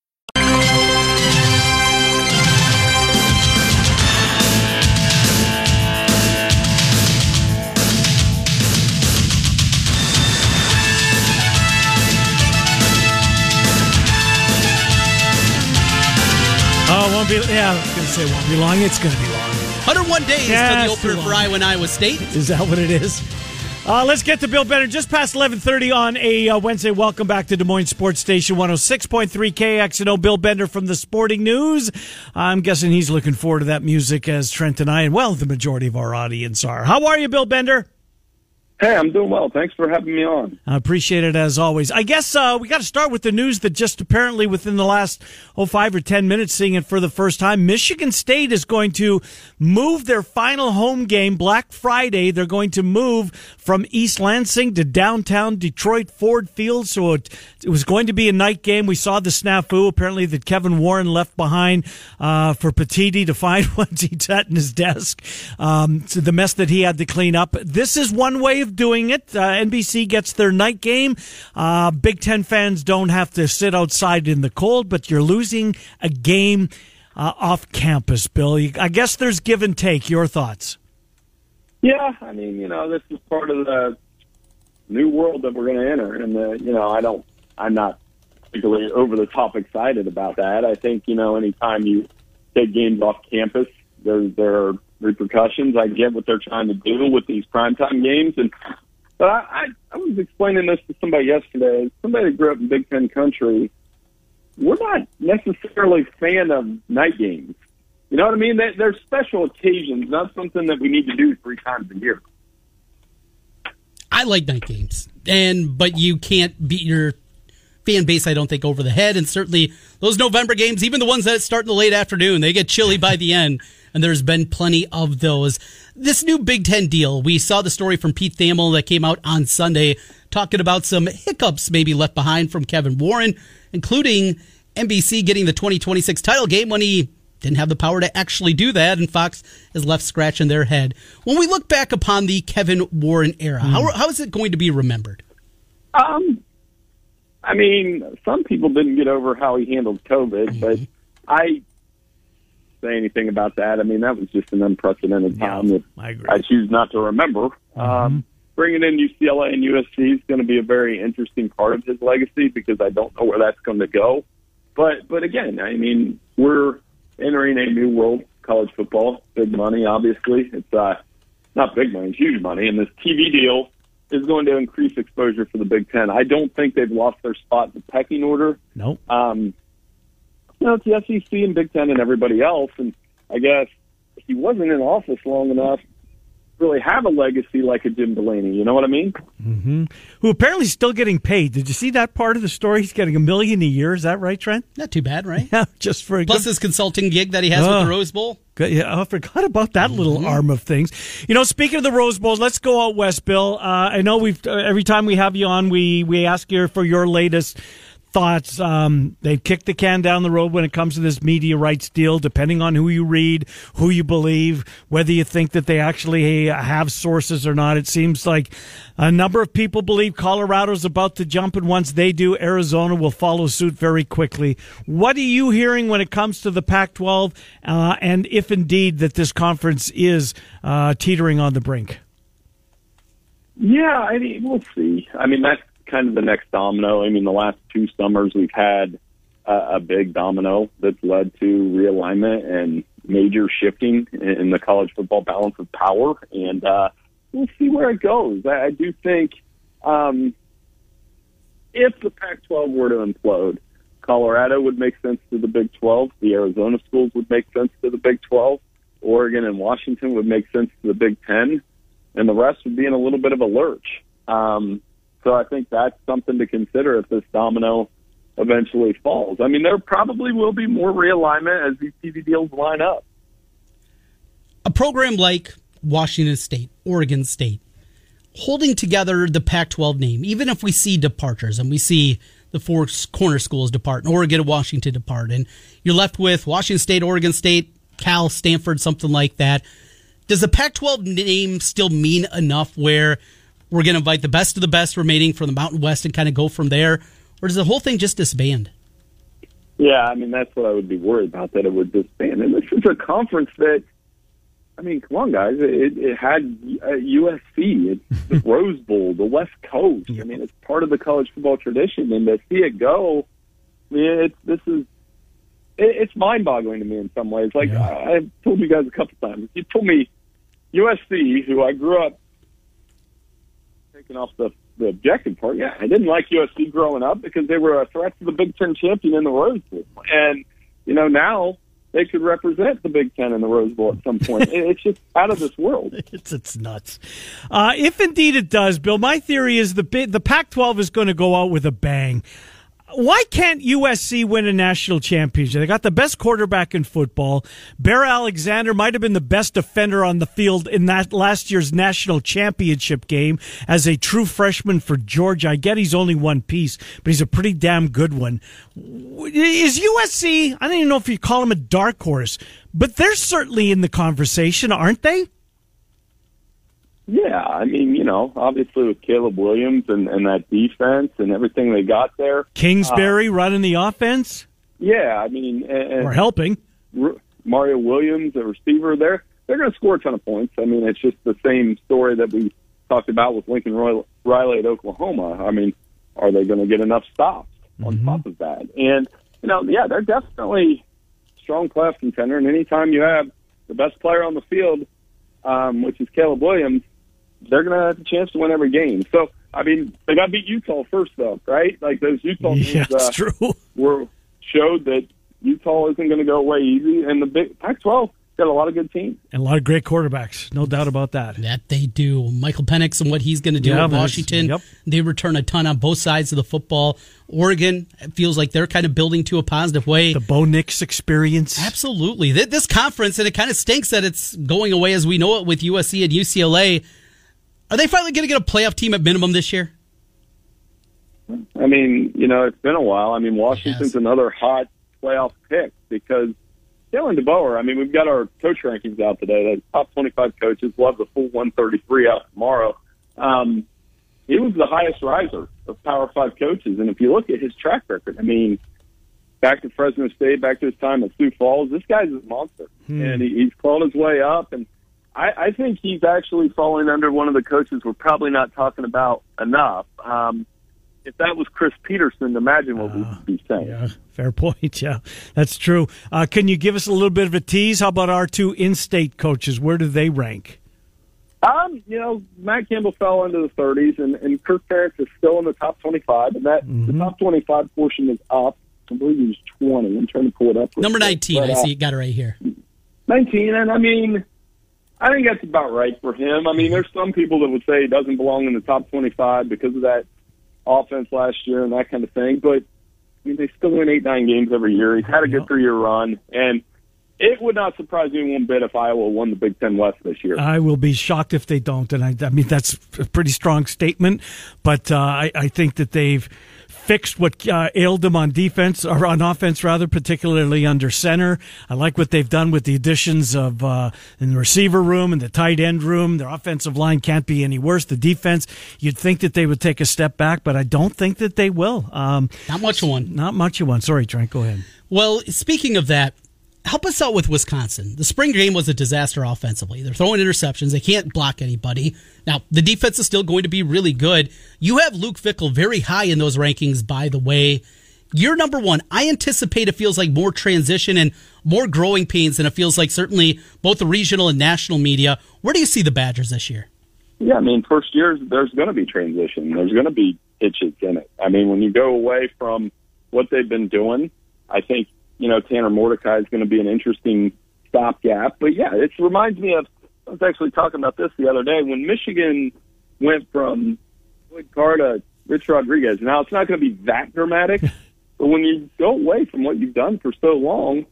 Speaker 2: oh won't be yeah i was going to say won't be long it's going to be long
Speaker 3: 101 days
Speaker 2: Yeah, it's
Speaker 3: to
Speaker 2: too
Speaker 3: the opener for
Speaker 2: long.
Speaker 3: Iowa and Iowa State.
Speaker 2: Is that what it is? Uh, let's get to Bill Benner. Just past 11.30 on a uh, Wednesday. Welcome back to Des Moines Sports Station 106.3 KXNO. Bill Bender from the Sporting News. I'm guessing he's looking forward to that music as Trent and I, and well, the majority of our audience are. How are you, Bill Bender?
Speaker 4: Hey, I'm doing well. Thanks for having me on.
Speaker 2: I appreciate it as always. I guess uh, we got to start with the news that just apparently within the last oh five or ten minutes, seeing it for the first time, Michigan State is going to move their final home game Black Friday. They're going to move from East Lansing to downtown Detroit Ford Field. So it, it was going to be a night game. We saw the snafu apparently that Kevin Warren left behind uh, for Patiti to find once he sat in his desk. Um, so the mess that he had to clean up. This is one way of doing it. Uh, NBC gets their night game. Uh, Big Ten fans don't have to sit outside in the cold, but you're losing a game uh, off campus, Bill. You, I guess there's give and take. Your thoughts?
Speaker 4: Yeah, I mean, you know, this is part of the new world that we're going to enter, and uh, you know, I don't, I'm not particularly over the top excited about that. I think you know, anytime you take games off campus, there there are repercussions. I get what they're trying to do with these primetime games, and but I, I, I was explaining this to somebody yesterday. Somebody that grew up in Big Ten country, we're not necessarily a fan of night games. You know what I mean? They, they're special occasions, not something that we need to do three times a year.
Speaker 3: I like night games, and but you can't beat your fan base. I don't think over the head, and certainly those November games, even the ones that start in the late afternoon, they get chilly by the end. And there's been plenty of those. This new Big Ten deal, we saw the story from Pete Thamel that came out on Sunday, talking about some hiccups maybe left behind from Kevin Warren, including NBC getting the 2026 title game when he didn't have the power to actually do that, and Fox is left scratching their head. When we look back upon the Kevin Warren era, how, how is it going to be remembered?
Speaker 4: Um, I mean, some people didn't get over how he handled COVID, but I say anything about that. I mean, that was just an unprecedented time that
Speaker 2: I agree. Mm-hmm.
Speaker 4: I choose not to remember. Um, bringing in UCLA and USC is going to be a very interesting part of his legacy because I don't know where that's going to go. But but again, I mean, we're entering a new world. College football, big money, obviously. It's uh, not big money, it's huge money. And this TV deal is going to increase exposure for the Big Ten. I don't think they've lost their spot in the pecking order.
Speaker 2: No.
Speaker 4: Um, you know, it's the SEC and Big Ten and everybody else. And I guess he wasn't in office long enough to really have a legacy like a Jim Delaney. You know what I mean?
Speaker 2: Who apparently is still getting paid? Did you see that part of the story? He's getting a million a year. Is that right, Trent?
Speaker 3: Not too bad, right?
Speaker 2: Yeah, just for a
Speaker 3: Plus
Speaker 2: good-
Speaker 3: his consulting gig that he has with
Speaker 2: Ugh.
Speaker 3: the Rose Bowl.
Speaker 2: Good. Yeah, I forgot about that little arm of things. You know, speaking of the Rose Bowl, let's go out west, Bill. Uh, I know we've uh, every time we have you on, we we ask you for your latest thoughts. Um, they kick the can down the road when it comes to this media rights deal, depending on who you read, who you believe, whether you think that they actually uh, have sources or not. It seems like a number of people believe Colorado's about to jump, and once they do, Arizona will follow suit very quickly. What are you hearing when it comes to the Pac 12, uh, and if indeed that this conference is uh, teetering on the brink?
Speaker 4: Yeah, I mean, we'll see. I mean, that's kind of the next domino. I mean, the last two summers we've had a, a big domino that's led to realignment and major shifting in, in the college football balance of power, and uh, we'll see where it goes. I, I do think um, if the Pac-12 were to implode, Colorado would make sense to the Big 12. The Arizona schools would make sense to the Big 12. Oregon and Washington would make sense to the Big 10 and the rest would be in a little bit of a lurch. Um, so I think that's something to consider if this domino eventually falls. I mean, there probably will be more realignment as these TV deals line up.
Speaker 3: a program like Washington State, Oregon State, holding together the Pac 12 name, even if we see departures and we see the four s- corner schools depart and Oregon and Washington depart, and you're left with Washington State, Oregon State, Cal, Stanford, something like that. Does the Pac 12 name still mean enough where we're going to invite the best of the best remaining from the Mountain West and kind of go from there? Or does the whole thing just disband?
Speaker 4: Yeah, I mean, that's what I would be worried about, that it would disband. And this is a conference that, I mean, come on, guys. It, it had uh, USC, it's the Rose Bowl, the West Coast. I mean, it's part of the college football tradition. And to see it go, I mean, it's, this is, it, it's mind boggling to me in some ways. Like, I, I've told you guys a couple times. You told me USC, who I grew up taking off the, the objective part, yeah, I didn't like USC growing up because they were a threat to the Big Ten champion in the Rose Bowl. And, you know, now they could represent the Big Ten in the Rose Bowl at some point. It- it's just out of this world.
Speaker 2: It's it's nuts. Uh, if indeed it does, Bill, my theory is the bi- the Pac-12 is going to go out with a bang. Why can't USC win a national championship? They got the best quarterback in football. Bear Alexander might have been the best defender on the field in that last year's national championship game as a true freshman for Georgia. I get he's only one piece, but he's a pretty damn good one. Is USC, I don't even know if you call him a dark horse, but they're certainly in the conversation, aren't they?
Speaker 4: Yeah, I mean, you know, obviously with Caleb Williams and, and that defense and everything they got there.
Speaker 2: Kingsbury running the offense
Speaker 4: Uh, Yeah, I mean, and, and
Speaker 2: or helping.
Speaker 4: R- Mario Williams, the receiver there, they're going to score a ton of points. I mean, it's just the same story that we talked about with Lincoln Roy- Riley at Oklahoma. I mean, are they going to get enough stops on
Speaker 2: Mm-hmm.
Speaker 4: top of that? And, you know, yeah, they're definitely strong playoff contender. And anytime you have the best player on the field, um, which is Caleb Williams, they're going to have a chance to win every game. So, I mean, they got to beat Utah first, though, right? Like those Utah
Speaker 2: Yeah,
Speaker 4: teams, uh,
Speaker 2: it's true.
Speaker 4: were showed that Utah isn't going to go away easy, and the Big Pac-12 got a lot of good teams.
Speaker 2: And a lot of great quarterbacks, no doubt about that.
Speaker 3: That they do. Michael Penix and what he's going to do
Speaker 2: Yeah,
Speaker 3: in
Speaker 2: but it's-
Speaker 3: Washington.
Speaker 2: yep.
Speaker 3: They return a ton on both sides of the football. Oregon it feels like they're kind of building to a positive way.
Speaker 2: The Bo Nix experience.
Speaker 3: Absolutely. Th- This conference, and it kind of stinks that it's going away as we know it with USC and UCLA. Are they finally going to get a playoff team at minimum this year?
Speaker 4: I mean, you know, it's been a while. I mean, Washington's
Speaker 3: Yes.
Speaker 4: another hot playoff pick because Dylan DeBoer. I mean, we've got our coach rankings out today. The top 25 coaches. We'll have the full 133 out tomorrow. Um, he was the highest riser of Power Five coaches, and if you look at his track record, I mean, back to Fresno State, back to his time at Sioux Falls, this guy's a monster, and he, he's clawed his way up. And I, I think he's actually falling under one of the coaches we're probably not talking about enough. Um, if that was Chris Peterson, imagine what we'd be saying.
Speaker 2: Yeah, fair point. Yeah, that's true. Uh, can you give us a little bit of a tease? How about our two in-state coaches? Where do they rank?
Speaker 4: Um, you know, Matt Campbell fell into the 30s, and, and Kirk Ferentz is still in the top 25, and that the top 25 portion is up. I believe he was 20. I'm trying to pull it up. real
Speaker 3: Number
Speaker 4: quick,
Speaker 3: 19.
Speaker 4: but,
Speaker 3: I
Speaker 4: uh,
Speaker 3: see it got it right here.
Speaker 4: 19, and I mean, I think that's about right for him. I mean, there's some people that would say he doesn't belong in the top 25 because of that offense last year and that kind of thing, but I mean, they still win eight, nine games every year. He's had a good three year run, and it would not surprise me one bit if Iowa won the Big Ten West this year.
Speaker 2: I will be shocked if they don't. And I, I mean, that's a pretty strong statement, but uh, I, I think that they've fixed what uh, ailed them on defense or on offense, rather, particularly under center. I like what they've done with the additions of uh, in the receiver room and the tight end room. Their offensive line can't be any worse. The defense, you'd think that they would take a step back, but I don't think that they will. Um,
Speaker 3: Not much of one.
Speaker 2: not much of one. Sorry, Trent. Go ahead.
Speaker 3: Well, speaking of that, help us out with Wisconsin. The spring game was a disaster offensively. They're throwing interceptions. They can't block anybody. Now, the defense is still going to be really good. You have Luke Fickle very high in those rankings, by the way. You're number one. I anticipate it feels like more transition and more growing pains than it feels like certainly both the regional and national media. Where do you see the Badgers this year?
Speaker 4: Yeah, I mean, first year there's going to be transition. There's going to be hitches in it. I mean, when you go away from what they've been doing, I think you know Tanner Mordecai is going to be an interesting stopgap. But yeah, it reminds me of I was actually talking about this the other day when Michigan went from Lloyd Carr to Rich Rodriguez. Now it's not going to be that dramatic, but when you go away from what you've done for so long,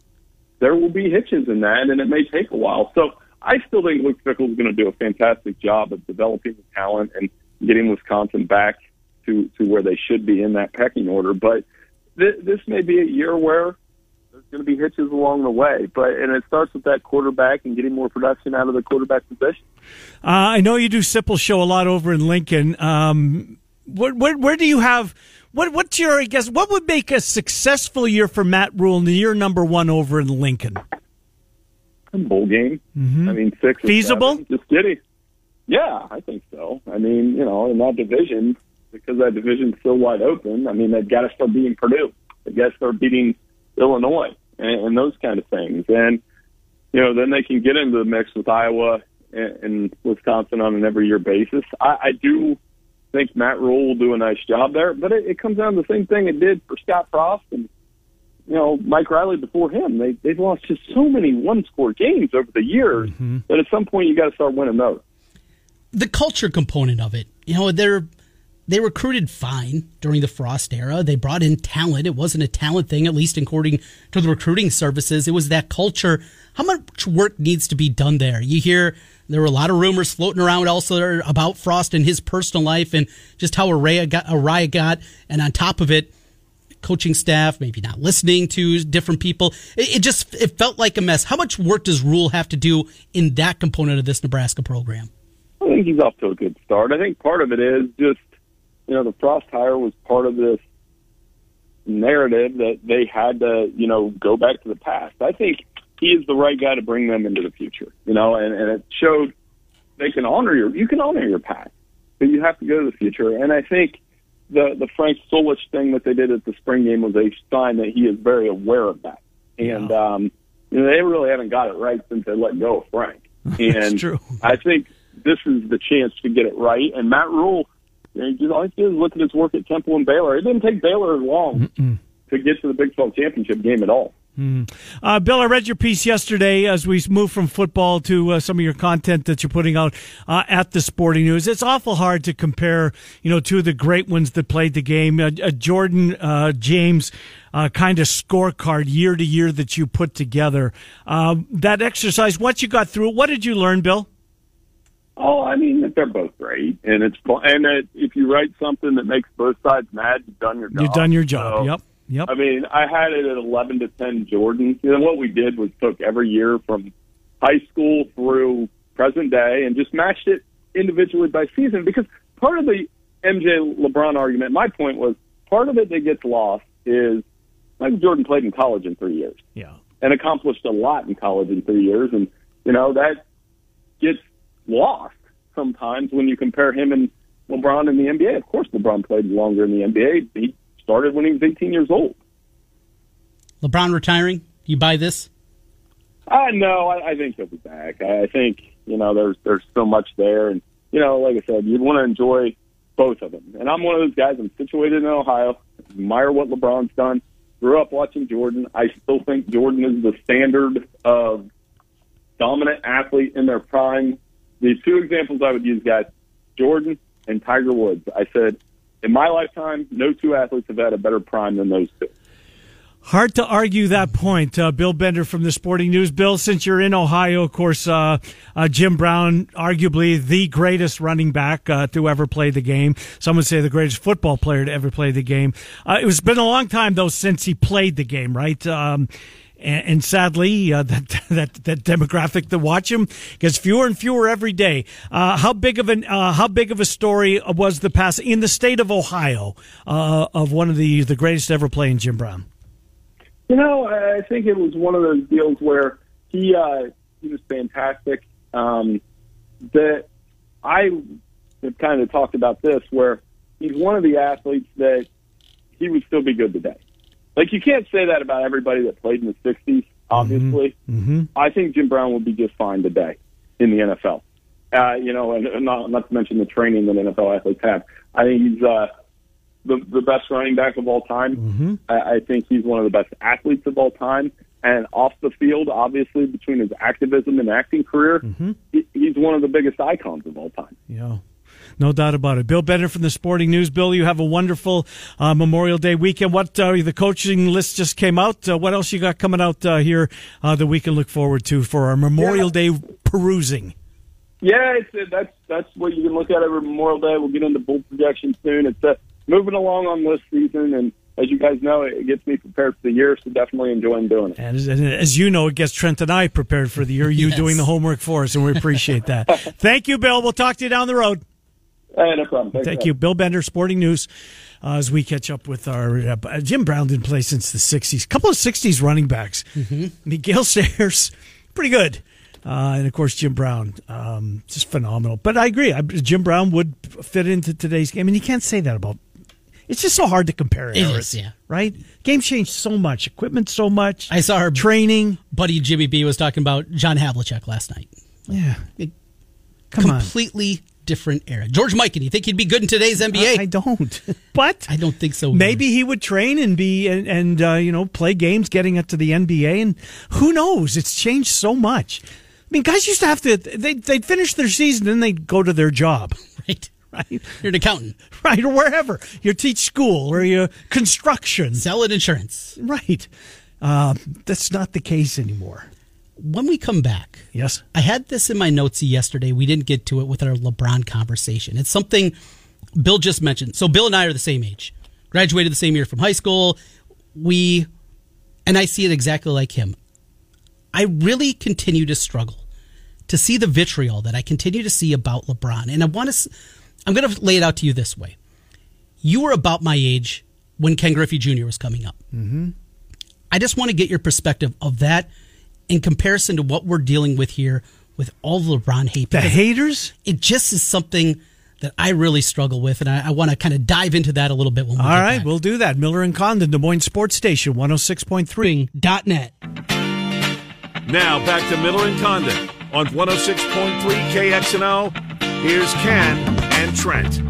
Speaker 4: there will be hitches in that, and it may take a while. So I still think Luke Fickle is going to do a fantastic job of developing the talent and getting Wisconsin back to, to where they should be in that pecking order. But th- this may be a year where there's going to be hitches along the way. But and it starts with that quarterback and getting more production out of the quarterback position.
Speaker 2: Uh, I know you do Sipple show a lot over in Lincoln. Um, what, what, where do you have? What, what's your I guess? What would make a successful year for Matt Rule in the year number one over in Lincoln?
Speaker 4: Some bowl game. I mean, six or
Speaker 2: Feasible?
Speaker 4: seven. Just kidding. Yeah, I think so. I mean, you know, in that division, because that division's so wide open. I mean, they've got to start beating Purdue. They've got to start beating Illinois and, and those kind of things. And you know, then they can get into the mix with Iowa and, and Wisconsin on an every year basis. I, I do think Matt Rule will do a nice job there, but it, it comes down to the same thing it did for Scott Frost and you know, Mike Riley before him. They they've lost just so many one score games over the years that at some point you got to start winning those.
Speaker 3: the culture component of it. You know, they're they recruited fine during the Frost era. They brought in talent. It wasn't a talent thing, at least according to the recruiting services. It was that culture. How much work needs to be done there? You hear there were a lot of rumors floating around also there about Frost and his personal life and just how Araya got, Araya got. And on top of it, coaching staff maybe not listening to different people. It, it just it felt like a mess. How much work does Rule have to do in that component of this Nebraska program?
Speaker 4: I think he's off to a good start. I think part of it is just, you know, the Frost hire was part of this narrative that they had to, you know, go back to the past. I think he is the right guy to bring them into the future, you know, and, and it showed they can honor your, you can honor your past, but you have to go to the future. And I think the, the Frank Solich thing that they did at the spring game was a sign that he is very aware of that. And, um, you know, they really haven't got it right since they let go of Frank. And
Speaker 2: true.
Speaker 4: I think this is the chance to get it right. And Matt Rule, you know, just all he did is look at his work at Temple and Baylor. It didn't take Baylor long to get to the Big 12 championship game at all.
Speaker 2: Uh, Bill, I read your piece yesterday as we move from football to uh, some of your content that you're putting out uh, at the Sporting News. It's awful hard to compare, you know, two of the great ones that played the game. Uh, uh, Jordan uh, James uh, kind of scorecard year to year that you put together. Um, that exercise, once you got through it, what did you learn, Bill?
Speaker 4: Oh, I mean, that they're both great, and it's fun. And it, if you write something that makes both sides mad, you've done your job.
Speaker 2: You've done your job.
Speaker 4: So,
Speaker 2: Yep. Yep.
Speaker 4: I mean, I had it at 11 to 10 Jordan. And what we did was took every year from high school through present day and just matched it individually by season because part of the MJ LeBron argument, my point was part of it that gets lost is Michael Jordan played in college in three years
Speaker 2: Yeah.
Speaker 4: and accomplished a lot in college in three years. And, you know, that gets lost sometimes when you compare him and LeBron in the NBA. Of course, LeBron played longer in the NBA. He started when he was 18 years old.
Speaker 3: LeBron retiring? You buy this?
Speaker 4: Uh, no, I, I think he'll be back. I, I think you know there's there's so much there, and you know, like I said, you'd want to enjoy both of them. And I'm one of those guys. I'm situated in Ohio. Admire what LeBron's done. Grew up watching Jordan. I still think Jordan is the standard of dominant athlete in their prime. The two examples I would use, guys, Jordan and Tiger Woods. I said, in my lifetime, no two athletes have had a better prime than those two.
Speaker 2: Hard to argue that point, uh, Bill Bender from the Sporting News. Bill, since you're in Ohio, of course, uh, uh, Jim Brown, arguably the greatest running back uh, to ever play the game. Some would say the greatest football player to ever play the game. Uh, it was been a long time though since he played the game, right? Um, and, and sadly, uh, that, that that demographic to watch him gets fewer and fewer every day. Uh, how big of an uh, how big of a story was the pass in the state of Ohio uh, of one of the the greatest ever playing Jim Brown?
Speaker 4: You know, I think it was one of those deals where he uh, he was fantastic. Um, that I have kind of talked about this, where he's one of the athletes that he would still be good today. Like you can't say that about everybody that played in the '60s. Obviously, I think Jim Brown will be just fine today in the NFL. Uh, you know, and, and not, not to mention the training that NFL athletes have. I think he's uh, the the best running back of all time.
Speaker 2: Mm-hmm.
Speaker 4: I, I think he's one of the best athletes of all time. And off the field, obviously, between his activism and acting career,
Speaker 2: Mm-hmm.
Speaker 4: he, he's one of the biggest icons of all time.
Speaker 2: Yeah. No doubt about it. Bill Bender from the Sporting News. Bill, you have a wonderful uh, Memorial Day weekend. What uh, the coaching list just came out. Uh, what else you got coming out uh, here uh, that we can look forward to for our Memorial Day perusing?
Speaker 4: Yeah, it's uh, that's that's what you can look at over Memorial Day. We'll get into bull projection soon. It's uh, moving along on list season, and as you guys know, it gets me prepared for the year. So definitely enjoying doing it.
Speaker 2: And as, and as you know, it gets Trent and I prepared for the year. You
Speaker 3: Yes.
Speaker 2: doing the homework for us, and we appreciate that. Thank you, Bill. We'll talk to you down the road.
Speaker 4: Hey, no problem. Thanks,
Speaker 2: Thank
Speaker 4: guys.
Speaker 2: you, Bill Bender, Sporting News. Uh, as we catch up with our uh, Jim Brown didn't play since the '60s. Couple of '60s running backs,
Speaker 3: Mm-hmm.
Speaker 2: Miguel Sayers, pretty good, uh, and of course Jim Brown, um, just phenomenal. But I agree, I, Jim Brown would fit into today's game, and you can't say that about. It's just so hard to compare. It
Speaker 3: is, yeah.
Speaker 2: Right? Game changed so much, equipment so much.
Speaker 3: I saw our-
Speaker 2: training.
Speaker 3: Buddy Jimmy B was talking about John Havlicek last night.
Speaker 2: Yeah,
Speaker 3: It-
Speaker 2: come on.
Speaker 3: Completely different era. George Mike, and you think he'd be good in today's NBA?
Speaker 2: Uh, I don't. But
Speaker 3: I don't think so.
Speaker 2: Maybe he would train and be and, and uh, you know play games, getting up to the NBA, and who knows? It's changed so much. I mean, guys used to have to they they'd finish their season, then they'd go to their job,
Speaker 3: Right.
Speaker 2: right,
Speaker 3: You're an accountant.
Speaker 2: right, or wherever you teach school or you construction,
Speaker 3: Valid insurance.
Speaker 2: right? Um, that's not the case anymore.
Speaker 3: When we come back,
Speaker 2: Yes.
Speaker 3: I had this in my notes yesterday. We didn't get to it with our LeBron conversation. It's something Bill just mentioned. So Bill and I are the same age. Graduated the same year from high school. We and I see it exactly like him. I really continue to struggle to see the vitriol that I continue to see about LeBron. And I want to I'm going to lay it out to you this way. You were about my age when Ken Griffey Jr. was coming up.
Speaker 2: Mm-hmm.
Speaker 3: I just want to get your perspective of that in comparison to what we're dealing with here with all the LeBron hate.
Speaker 2: The
Speaker 3: because
Speaker 2: haters.
Speaker 3: It just is something that I really struggle with, and I, I want to kind of dive into that a little bit when we
Speaker 2: All
Speaker 3: get
Speaker 2: right,
Speaker 3: back.
Speaker 2: we'll do that. Miller and Condon, Des Moines Sports Station, one hundred six point three.
Speaker 3: Dot .net.
Speaker 1: Now back to Miller and Condon on 106.3 KXNO. Here's Ken and Trent.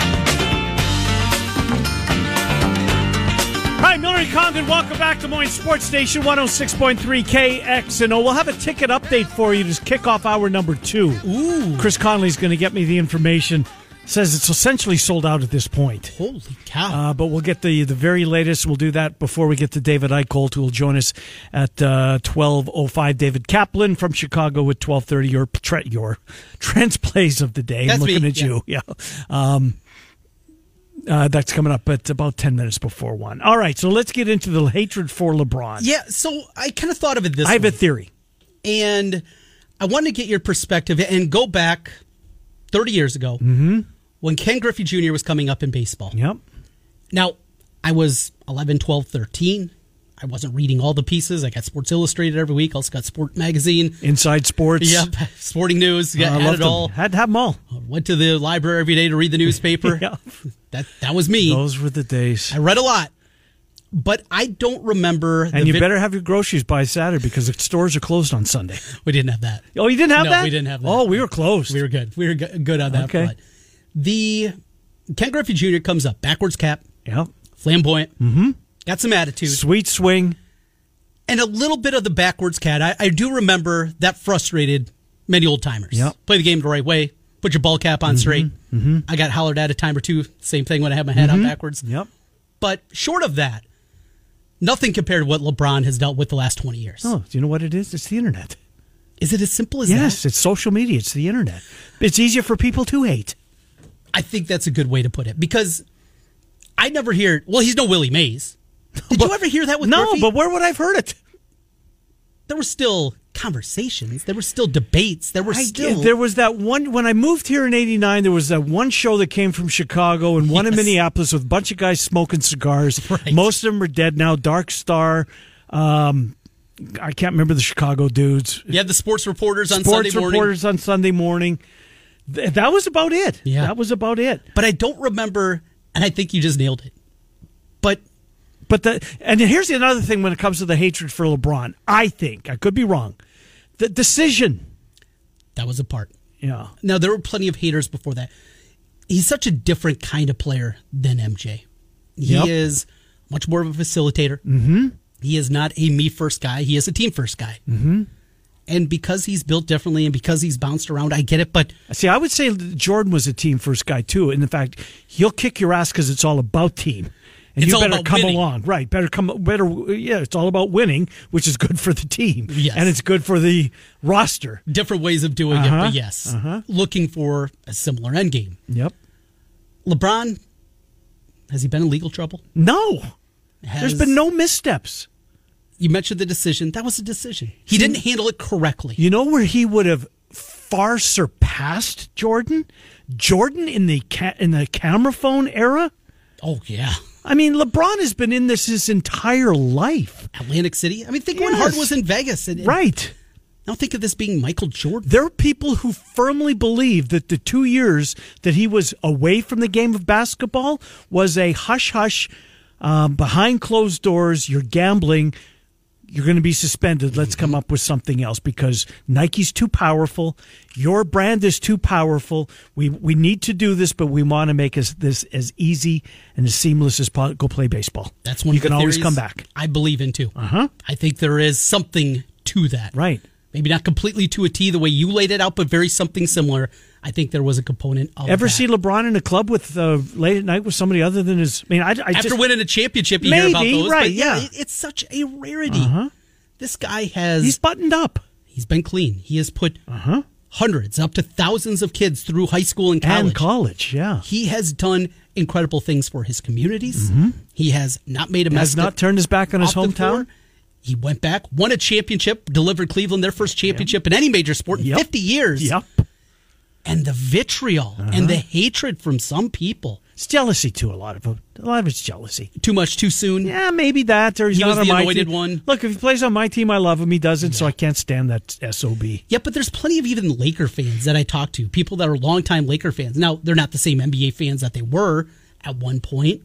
Speaker 2: Hi, Miller and Condon. Welcome back to Des Moines Sports Station 106.3 KXNO. oh, We'll have a ticket update for you to kick off hour number two. Ooh. Chris Conley's going to get me the information. Says it's essentially sold out at this point.
Speaker 3: Holy cow!
Speaker 2: Uh, but we'll get the the very latest. We'll do that before we get to David Eicholt, who will join us at uh, twelve oh five. David Kaplan from Chicago at twelve thirty. Your tre- your trans plays of the day.
Speaker 3: That's
Speaker 2: I'm looking
Speaker 3: me,
Speaker 2: at
Speaker 3: yeah.
Speaker 2: you. Yeah. Um, uh, that's coming up at about ten minutes before one. All right, so let's get into the hatred for LeBron.
Speaker 3: yeah, so I kind of thought of it this
Speaker 2: I have
Speaker 3: way,
Speaker 2: a theory.
Speaker 3: and I want to get your perspective and go back 30 years ago
Speaker 2: Mm-hmm.
Speaker 3: when Ken Griffey Jr. was coming up in baseball.
Speaker 2: Yep.
Speaker 3: Now, I was 11, 12, 13. I wasn't reading all the pieces. I got Sports Illustrated every week. Also got Sport Magazine.
Speaker 2: Inside sports.
Speaker 3: Yep. Sporting News. Yeah,
Speaker 2: I
Speaker 3: had
Speaker 2: loved
Speaker 3: it
Speaker 2: them.
Speaker 3: all.
Speaker 2: Had had them all.
Speaker 3: Went to the library every day to read the newspaper.
Speaker 2: Yeah.
Speaker 3: That that was me.
Speaker 2: Those were the days.
Speaker 3: I read a lot, but I don't remember. the
Speaker 2: And you
Speaker 3: vi-
Speaker 2: better have your groceries by Saturday because the stores are closed on Sunday.
Speaker 3: We didn't have that.
Speaker 2: Oh, you didn't have
Speaker 3: No,
Speaker 2: that?
Speaker 3: we didn't have that.
Speaker 2: Oh, we were close.
Speaker 3: We were good. We were go- good on that.
Speaker 2: Okay.
Speaker 3: front. The Ken Griffey Jr. comes up backwards cap,
Speaker 2: yeah.
Speaker 3: flamboyant. Mm-hmm. Got some attitude.
Speaker 2: Sweet swing.
Speaker 3: and a little bit of the backwards cat. I, I do remember that frustrated many old timers.
Speaker 2: Yep. Mm-hmm.
Speaker 3: Play the game the right way. Put your ball cap on straight. I got
Speaker 2: Mm-hmm.
Speaker 3: hollered at a time or two. Same thing when I had my head on backwards.
Speaker 2: Yep.
Speaker 3: But short of that, Nothing compared to what LeBron has dealt with the last 20 years.
Speaker 2: Oh, do you know what it is? It's the internet.
Speaker 3: Is it as simple as
Speaker 2: Yes,
Speaker 3: that?
Speaker 2: it's social media. It's the internet. It's easier for people to hate.
Speaker 3: I think that's a good way to put it because I never hear, well, he's no Willie Mays. Did you ever hear that with
Speaker 2: no,
Speaker 3: Murphy?
Speaker 2: but where would I've heard it?
Speaker 3: there were still conversations, there were still debates, there were
Speaker 2: I-
Speaker 3: still
Speaker 2: there was that one when I moved here in '89. There was that one show that came from Chicago and one in
Speaker 3: Yes.
Speaker 2: Minneapolis with a bunch of guys smoking cigars.
Speaker 3: Right.
Speaker 2: Most of them are dead now. Dark Star. Um, I can't remember the Chicago dudes.
Speaker 3: You had the sports reporters on
Speaker 2: Sports
Speaker 3: Sunday morning.
Speaker 2: reporters on Sunday morning. Th- that was about it.
Speaker 3: Yeah.
Speaker 2: That was about it.
Speaker 3: But I don't remember, and I think you just nailed it. But
Speaker 2: But the and here's another thing when it comes to the hatred for LeBron. I think I could be wrong. The decision.
Speaker 3: that was a part.
Speaker 2: Yeah.
Speaker 3: Now there were plenty of haters before that. He's such a different kind of player than MJ. He
Speaker 2: Yep.
Speaker 3: is much more of a facilitator. Mm-hmm. He is not a me first guy. He is a team first guy. Mm-hmm. And because he's built differently, and because he's bounced around, I get it. But
Speaker 2: See, I would say Jordan was a team first guy too. And in fact, he'll kick your ass because it's all about team. And
Speaker 3: It's
Speaker 2: you
Speaker 3: all
Speaker 2: better
Speaker 3: about
Speaker 2: come
Speaker 3: winning.
Speaker 2: along, right? Better come, better. Yeah, it's all about winning, which is good for the team,
Speaker 3: Yes.
Speaker 2: and it's good for the roster.
Speaker 3: different ways of doing it.
Speaker 2: Uh-huh.
Speaker 3: But yes, looking for a similar end game.
Speaker 2: Yep.
Speaker 3: LeBron has he been in legal trouble?
Speaker 2: No,
Speaker 3: Has-
Speaker 2: there's been no missteps.
Speaker 3: You mentioned the decision. That was a decision. He didn't handle it correctly.
Speaker 2: You know where he would have far surpassed Jordan? Jordan in the ca- in the camera phone era.
Speaker 3: Oh yeah,
Speaker 2: I mean, LeBron has been in this his entire life,
Speaker 3: Atlantic City. I mean, think when
Speaker 2: Yes.
Speaker 3: Harden was in Vegas. And, and
Speaker 2: right?
Speaker 3: Now think of this being Michael Jordan.
Speaker 2: There are people who firmly believe that the two years that he was away from the game of basketball was a hush hush, um, behind closed doors. You're gambling. You're going to be suspended. Let's come up with something else because Nike's too powerful. Your brand is too powerful. We we need to do this, but we want to make us this as easy and as seamless as possible. Go play baseball.
Speaker 3: That's one
Speaker 2: you
Speaker 3: of the
Speaker 2: can always
Speaker 3: theories
Speaker 2: come back. Uh-huh.
Speaker 3: I believe in too. Uh huh. I think there is something to that.
Speaker 2: Right.
Speaker 3: Maybe not completely to a T the way you laid it out, but very something similar. I think there was a component of
Speaker 2: Ever
Speaker 3: that.
Speaker 2: see LeBron in a club with uh, late at night with somebody other than his? I mean, I, I
Speaker 3: after
Speaker 2: just,
Speaker 3: winning a championship. You hear about
Speaker 2: Maybe,
Speaker 3: those,
Speaker 2: right,
Speaker 3: but
Speaker 2: yeah. Uh-huh.
Speaker 3: it- it's such a rarity. This guy has
Speaker 2: He's Uh-huh. buttoned up.
Speaker 3: he's been clean. He has put hundreds up to thousands of kids through high school and college.
Speaker 2: And college, yeah.
Speaker 3: he has done incredible things for his communities. He has not made a mess.
Speaker 2: Mm-hmm. Has not turned his back on his
Speaker 3: off the
Speaker 2: hometown.
Speaker 3: floor. He went back, won a championship, delivered Cleveland their first championship in any major sport in
Speaker 2: Yep.
Speaker 3: 50 years.
Speaker 2: Yep. Uh-huh.
Speaker 3: And the vitriol and the hatred from some people.
Speaker 2: It's jealousy too. A lot of them. A lot of it's jealousy.
Speaker 3: Too much too soon.
Speaker 2: Yeah, maybe that. Or he's
Speaker 3: He
Speaker 2: not
Speaker 3: was
Speaker 2: on
Speaker 3: the
Speaker 2: my
Speaker 3: anointed
Speaker 2: team.
Speaker 3: one.
Speaker 2: Look, if he plays on my team, I love him. He doesn't, so I can't stand that sob.
Speaker 3: Yeah, but there's plenty of even Laker fans that I talk to, people that are longtime Laker fans. Now, they're not the same NBA fans that they were at one point,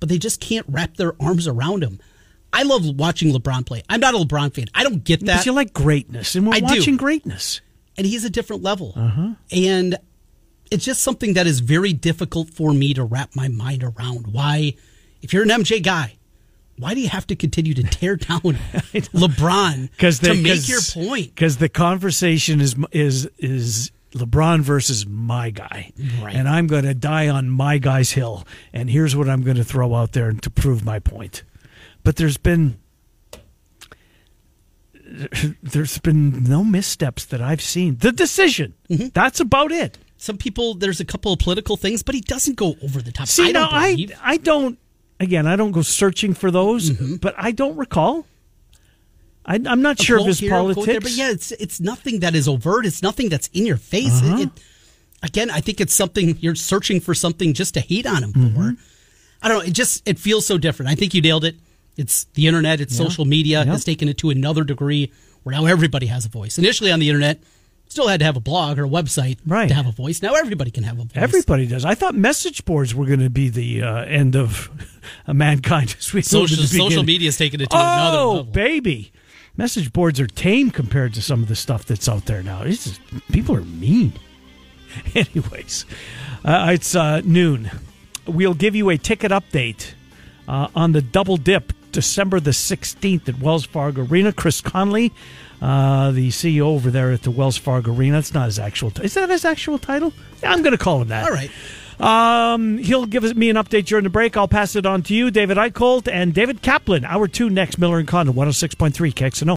Speaker 3: but they just can't wrap their arms around him. I love watching LeBron play. I'm not a LeBron fan. I don't get
Speaker 2: Because
Speaker 3: that.
Speaker 2: you like greatness, and we're
Speaker 3: I do.
Speaker 2: watching greatness.
Speaker 3: and he's a different level.
Speaker 2: Uh-huh.
Speaker 3: And it's just something that is very difficult for me to wrap my mind around. Why, if you're an MJ guy, why do you have to continue to tear down LeBron
Speaker 2: Because
Speaker 3: to make your point?
Speaker 2: Because the conversation is is is. LeBron versus my guy.
Speaker 3: Right.
Speaker 2: And I'm going to die on my guy's hill. And here's what I'm going to throw out there to prove my point. But there's been there's been no missteps that I've seen. The decision.
Speaker 3: Mm-hmm.
Speaker 2: That's about it.
Speaker 3: Some people, there's a couple of political things, but he doesn't go over the top.
Speaker 2: See,
Speaker 3: I
Speaker 2: now
Speaker 3: don't
Speaker 2: I
Speaker 3: believe.
Speaker 2: I don't again, I don't go searching for those, but I don't recall. I, I'm not
Speaker 3: Mm-hmm. A
Speaker 2: sure of
Speaker 3: quote
Speaker 2: his
Speaker 3: here, a quote
Speaker 2: politics.
Speaker 3: there, but yeah, it's it's nothing that is overt. It's nothing that's in your face.
Speaker 2: Uh-huh.
Speaker 3: It- it- again, I think it's something you're searching for something just to hate on him
Speaker 2: Mm-hmm.
Speaker 3: for. I don't know. It just it feels so different. I think you nailed it. It's the internet. It's social media. Has taken it to another degree where now everybody has a voice. Initially on the internet, still had to have a blog or a website
Speaker 2: Right.
Speaker 3: to have a voice. Now everybody can have a voice.
Speaker 2: Everybody does. I thought message boards were going to be the uh, end of mankind. As we know
Speaker 3: social
Speaker 2: to the
Speaker 3: social
Speaker 2: beginning.
Speaker 3: media's taken it to another
Speaker 2: Oh,
Speaker 3: level.
Speaker 2: baby. Message boards are tame compared to some of the stuff that's out there now. It's just, people are mean. Anyways, uh, it's uh, noon. We'll give you a ticket update uh, on the double dip December the 16th at Wells Fargo Arena. Chris Conley, uh, the CEO over there at the Wells Fargo Arena. It's not his actual title. Is that his actual title? Yeah, I'm going to call him that.
Speaker 3: All right.
Speaker 2: Um, he'll give us- me an update during the break. oh I'll pass it on to you, David Eicholt and David Kaplan. Hour two next, Miller and Condon, 106.3 KXNO.